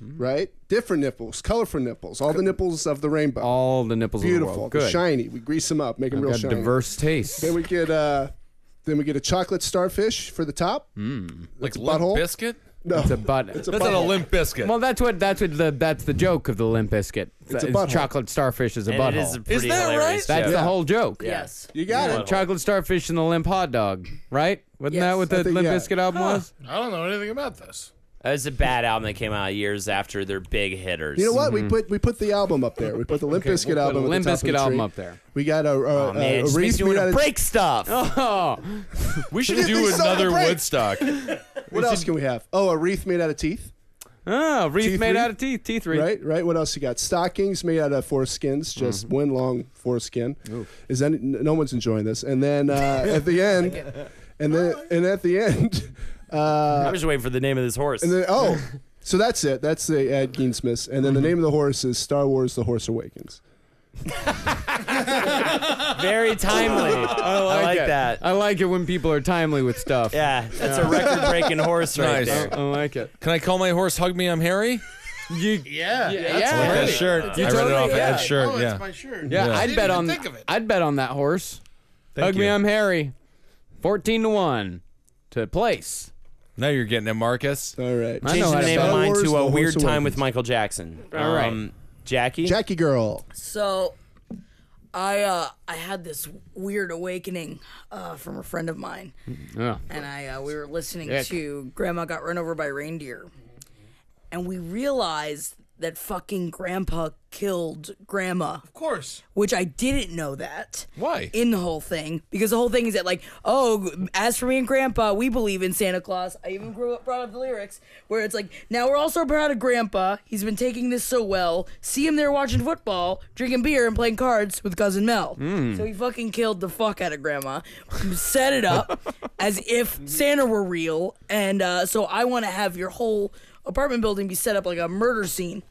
H: Mm-hmm.
G: right? Different nipples, colorful nipples, all the nipples of the rainbow.
H: All the nipples of the world.
G: beautiful,
H: Good.
G: shiny. We grease them up, make them
H: I've
G: real
H: got
G: shiny.
H: diverse tastes.
G: Then we get uh, then we get a chocolate starfish for the top.
I: Hmm.
H: Mm.
G: Like Limp butthole?
J: biscuit?
G: No,
H: it's a butt.
G: It's a That's not a butthole. Limp Bizkit.
H: Well, that's what that's what the that's the joke of the limp biscuit.
G: It's a
H: Is
G: butthole.
H: Chocolate starfish is a
I: And
H: butthole.
I: it is a Is pretty that hilarious right?
H: That's
I: joke.
H: the
I: Yeah.
H: whole joke.
I: Yes.
G: you got
H: Yeah.
G: it.
H: Chocolate starfish and the limp hot dog, right? Wasn't that what the
I: I think,
H: limp
I: yeah.
H: biscuit album
L: Huh.
H: was?
L: I don't know anything about this.
I: That was a bad album that came out years after their big hitters.
G: You know what? We put we put the album up there. We put the Limp
I: Mm-hmm. Okay,
G: Bizkit
I: we'll put
G: album. at
I: Limp
G: the top of the
I: Bizkit album
G: tree.
I: up there.
G: We got a, a,
I: Oh, man,
G: a,
J: Uh,
I: it just
G: wreath
I: makes me
G: made
I: wanna
G: out of-
I: break stuff.
H: Oh,
J: we
G: These-
J: should do
G: these songs
J: another
G: break.
J: Woodstock.
G: What else can we have? Oh, a wreath made out of teeth.
H: Oh, wreath made out of teeth. Teeth wreath.
G: Right, right. What else you got? Stockings made out of foreskins. Just
I: Mm-hmm.
G: one long foreskin. Is any, n- no one's enjoying this? And then uh, at the end, and then and at the end, uh,
I: I'm just waiting for the name of this horse.
G: and then oh, so that's it. That's the Ad Gein Smiths. And
I: Mm-hmm.
G: then the name of the horse is Star Wars: The Horse Awakens.
I: Very timely. Oh, I like,
H: it.
I: that.
H: I like it when people are timely with stuff.
I: Yeah, that's a record-breaking horse right there.
H: I like it.
J: Can I call my horse Hug Me I'm Harry?
H: You,
L: Yeah, that's
H: yeah, yeah.
L: great.
J: That shirt.
H: You
J: I read
H: totally-
J: it off
H: yeah.
J: Ed's shirt.
L: Oh,
J: yeah.
L: it's my shirt.
H: Yeah,
J: Yeah. I
H: I'd
J: didn't
H: bet
L: even
H: on
L: think of it.
H: I'd bet on that horse.
J: Thank
H: Hug me,
J: you.
H: I'm Harry. Fourteen to one to place.
J: Now you're getting it, Marcus.
G: All right.
H: I
I: Changing
H: know
I: the
H: how to
I: name of
H: bet.
I: mine
G: Wars,
I: to
G: The
I: a
G: uh, Horse
I: weird time with
G: Awakens.
I: Michael Jackson. Um,
H: All right.
I: Jackie.
G: Jackie girl.
K: So I uh, I had this weird awakening uh, from a friend of mine,
H: Yeah.
K: and I uh, we were listening
H: Sick.
K: to Grandma Got Run Over by Reindeer, and we realized that fucking Grandpa killed Grandma.
L: Of course.
K: which I didn't know that.
J: Why?
K: In the whole thing. Because the whole thing is that, like, oh, as for me and Grandpa, we believe in Santa Claus. I even grew up, brought up the lyrics where it's like, now we're all so proud of Grandpa. He's been taking this so well. See him there watching football, drinking beer, and playing cards with Cousin Mel.
D: Mm.
K: So he fucking killed the fuck out of Grandma, set it up as if Santa were real. And uh, so I want to have your whole apartment building be set up like a murder scene.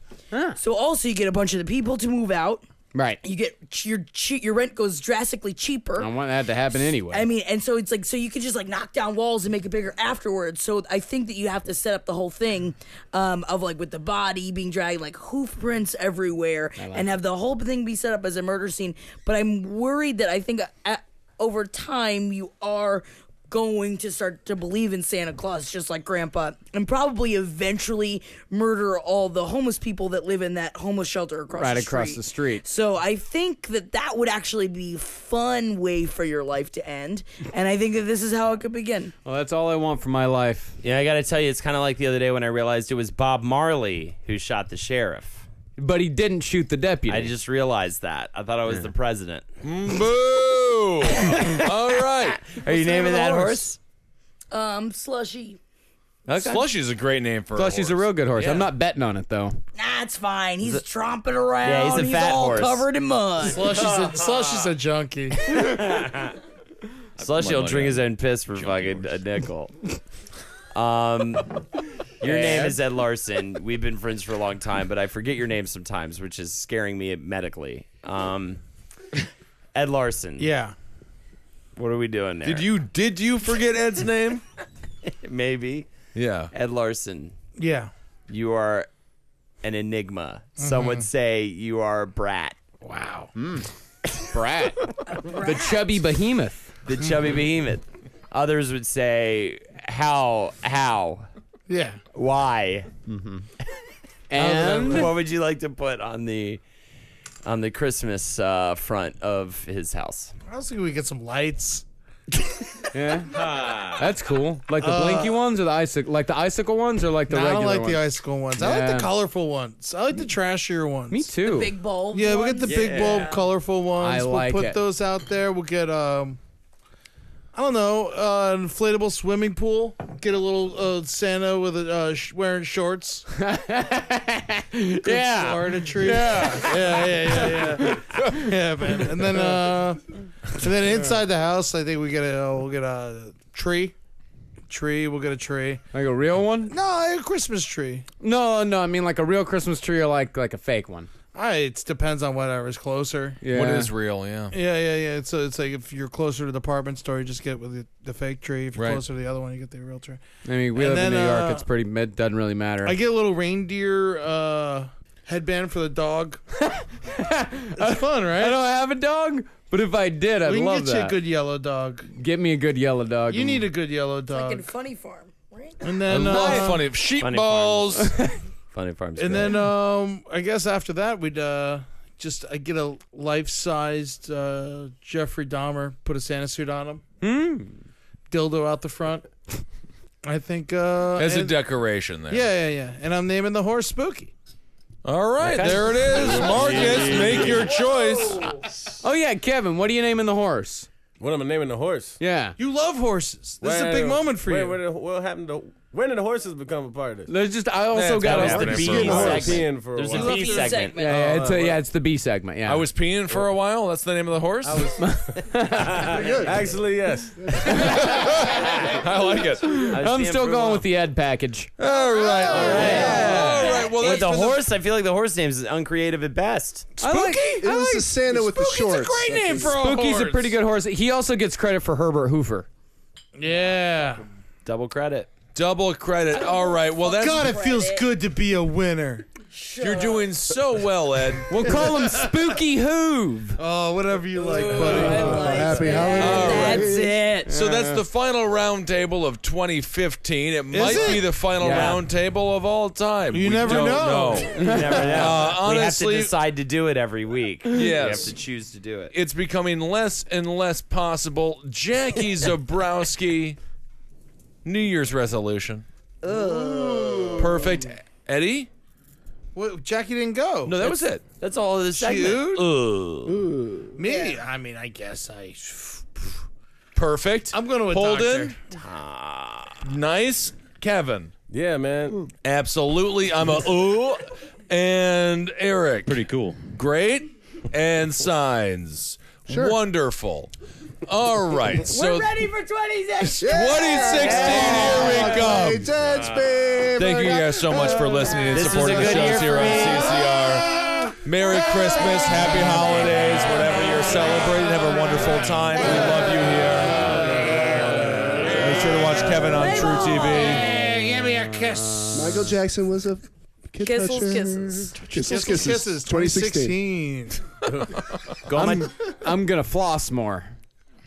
K: So also you get a bunch of the people to move out.
H: Right.
K: You get your che- your rent goes drastically cheaper.
H: I want that to happen anyway.
K: I mean, and so it's like so you could just like knock down walls and make it bigger afterwards. So I think that you have to set up the whole thing um, of like with the body being dragged, like hoof prints everywhere,
D: I like
K: and have the whole thing be set up as a murder scene. But I'm worried that I think uh over time you are going to start to believe in Santa Claus just like grandpa and probably eventually murder all the homeless people that live in that homeless shelter across
H: right
K: the
H: across
K: street.
H: the street.
K: So I think that that would actually be a fun way for your life to end, and I think that this is how it could begin.
H: Well, that's all I want for my life.
I: Yeah, I got to tell you, it's kind of like the other day when I realized it was Bob Marley who shot the sheriff.
H: But he didn't shoot the deputy.
I: I just realized that. I thought I was the president.
J: Mm, Boo! All right.
I: Are you naming that horse?
K: Um, slushy.
J: Slushy's a great name for
H: Plus,
J: a horse.
H: he's a real good horse.
J: Yeah.
H: I'm not betting on it though.
K: Nah, it's fine. He's tromping around.
H: Yeah, he's a fat
K: all
H: horse.
K: covered in mud.
L: Slushy's a, Slushy's a junkie.
I: Slushy will drink his own piss for fucking a nickel. Um, your name is Ed Larson. We've been friends for a long time, but I forget your name sometimes, which is scaring me medically. Um, Ed Larson.
L: Yeah.
I: What are we doing there?
J: Did you did you forget Ed's name?
I: Maybe.
J: Yeah.
I: Ed Larson.
L: Yeah.
I: You are an enigma. Some would say you are a brat. Wow.
H: Brat. the chubby behemoth.
I: The chubby behemoth. Others would say, how, how,
L: Yeah.
I: why? Mm-hmm.
H: And-
I: what would you like to put on the on the Christmas uh, front of his house?
L: I was thinking we get some lights.
H: Yeah, that's cool. Like the blinky ones or the icicle, like the icicle ones or like the
L: No, I
H: regular
L: don't like
H: ones?
L: the icicle ones. I like
H: Yeah.
L: the colorful ones. I like the trashier ones.
H: Me too.
K: Big bulb.
L: Yeah, we get the big bulb colorful ones.
H: I
L: we'll
H: like
L: put
H: it.
L: those out there. We'll get um I don't know, uh, an inflatable swimming pool. Get a little uh, Santa with a, uh, sh- wearing shorts.
H: Yeah.
L: Florida tree.
H: Yeah.
L: yeah, yeah, yeah, yeah. yeah, man. And then, uh, and then inside the house, I think we get a we'll get a tree, tree. We'll get a tree.
H: like a real one?
L: No, a Christmas tree.
H: No, no. I mean like a real Christmas tree or like like a fake one.
F: I it depends on whatever's closer.
J: What is real? Yeah.
F: Yeah, yeah, yeah. So it's like if you're closer to the department store, you just get with the, the fake tree. If you're
H: Right.
F: closer to the other one, you get the real tree.
H: I mean, we live
F: And
H: in
F: then,
H: New York.
F: uh,
H: it's pretty. It doesn't really matter.
F: I get a little reindeer uh, headband for the dog. it's fun, right? I
H: don't have a dog, but if I did, I'd
F: we can
H: love
F: get you a
H: that.
F: good yellow dog.
H: Get me a good yellow dog.
F: You need a good yellow dog.
K: Like in Funny Farm, right?
F: and then
H: I love
F: uh,
H: funny- sheep Funny balls.
I: Funny farms.
F: and then um, I guess after that we'd uh, just I get a life-sized uh, Jeffrey Dahmer, put a Santa suit on him, dildo out the front. I think uh,
J: As a
F: and-
J: decoration there.
F: Yeah, yeah, yeah. And I'm naming the horse Spooky.
J: All right,
F: Okay.
J: there it is. Marcus, make your choice.
H: Oh yeah, Kevin. What are you naming the horse?
A: What am I naming the horse?
H: Yeah.
F: You love horses.
H: This is a big moment for you.
A: Wait, where did, what happened to? When did the horses become a part of this?
H: There's just I also got
A: I was
H: a
A: peeing peeing for a while.
H: Yeah, yeah, it's
A: Oh,
H: a, yeah, it's the B segment. Yeah.
J: Uh, I was peeing for a while. That's the name of the horse.
A: Actually, yes.
J: I like it.
H: I'm still going with the Ed package.
J: All right. All right.
I: All
J: right. Well,
I: with the horse, I feel like the horse name is uncreative at best.
H: I like- Spooky?
G: It was the Santa with the shorts.
H: Spooky's a pretty good horse. He also gets credit for Herbert Hoover.
F: Yeah.
I: Double credit.
J: Double credit. All right. Well, that's
F: God, it feels good to be a winner.
J: You're doing so well, Ed.
H: We'll call him Spooky Hoove.
F: Oh, whatever you like, buddy.
G: Happy holidays.
K: That's it.
J: So that's
F: Uh.
J: the final round table of 2015. It might
F: it?
J: be the final
I: Yeah.
J: round table of all time.
F: You
J: We
F: never
J: don't
F: know.
I: You never know.
J: Uh,
I: we
J: honestly-
I: have to decide to do it every week.
J: Yes.
I: we have to choose to do it.
J: It's becoming less and less possible. Jackie Zabrowski, New Year's resolution. Perfect. Eddie?
F: What, Jackie didn't go. Uh,
J: No, that was it.
I: That's all of the segment.
F: Dude,
G: Ooh.
F: me. I mean, I guess I.
J: Perfect.
F: I'm going to a
J: Holden.
F: doctor.
J: Nice. Kevin.
A: Yeah, man.
J: Absolutely. I'm a ooh. And Eric.
M: Pretty cool.
J: Great. And signs. Wonderful. All right. So
K: We're ready for 26.
J: 2016, here we go.
G: Hey, Judge Beaver.
J: Thank you guys so much for listening and
I: This was
J: supporting
I: a
J: the
I: good year
J: shows here
I: for
J: on
I: me.
J: CCR. Merry Christmas, happy holidays, whatever you're celebrating. Have a wonderful time. We love you here. Make sure to watch Kevin on True TV.
F: give me a kiss.
G: Michael Jackson was a kid
K: Kisses,
G: toucher. Kisses,
K: kisses.
G: kisses. 2016.
F: 2016.
I: Go on my
H: I'm gonna floss more.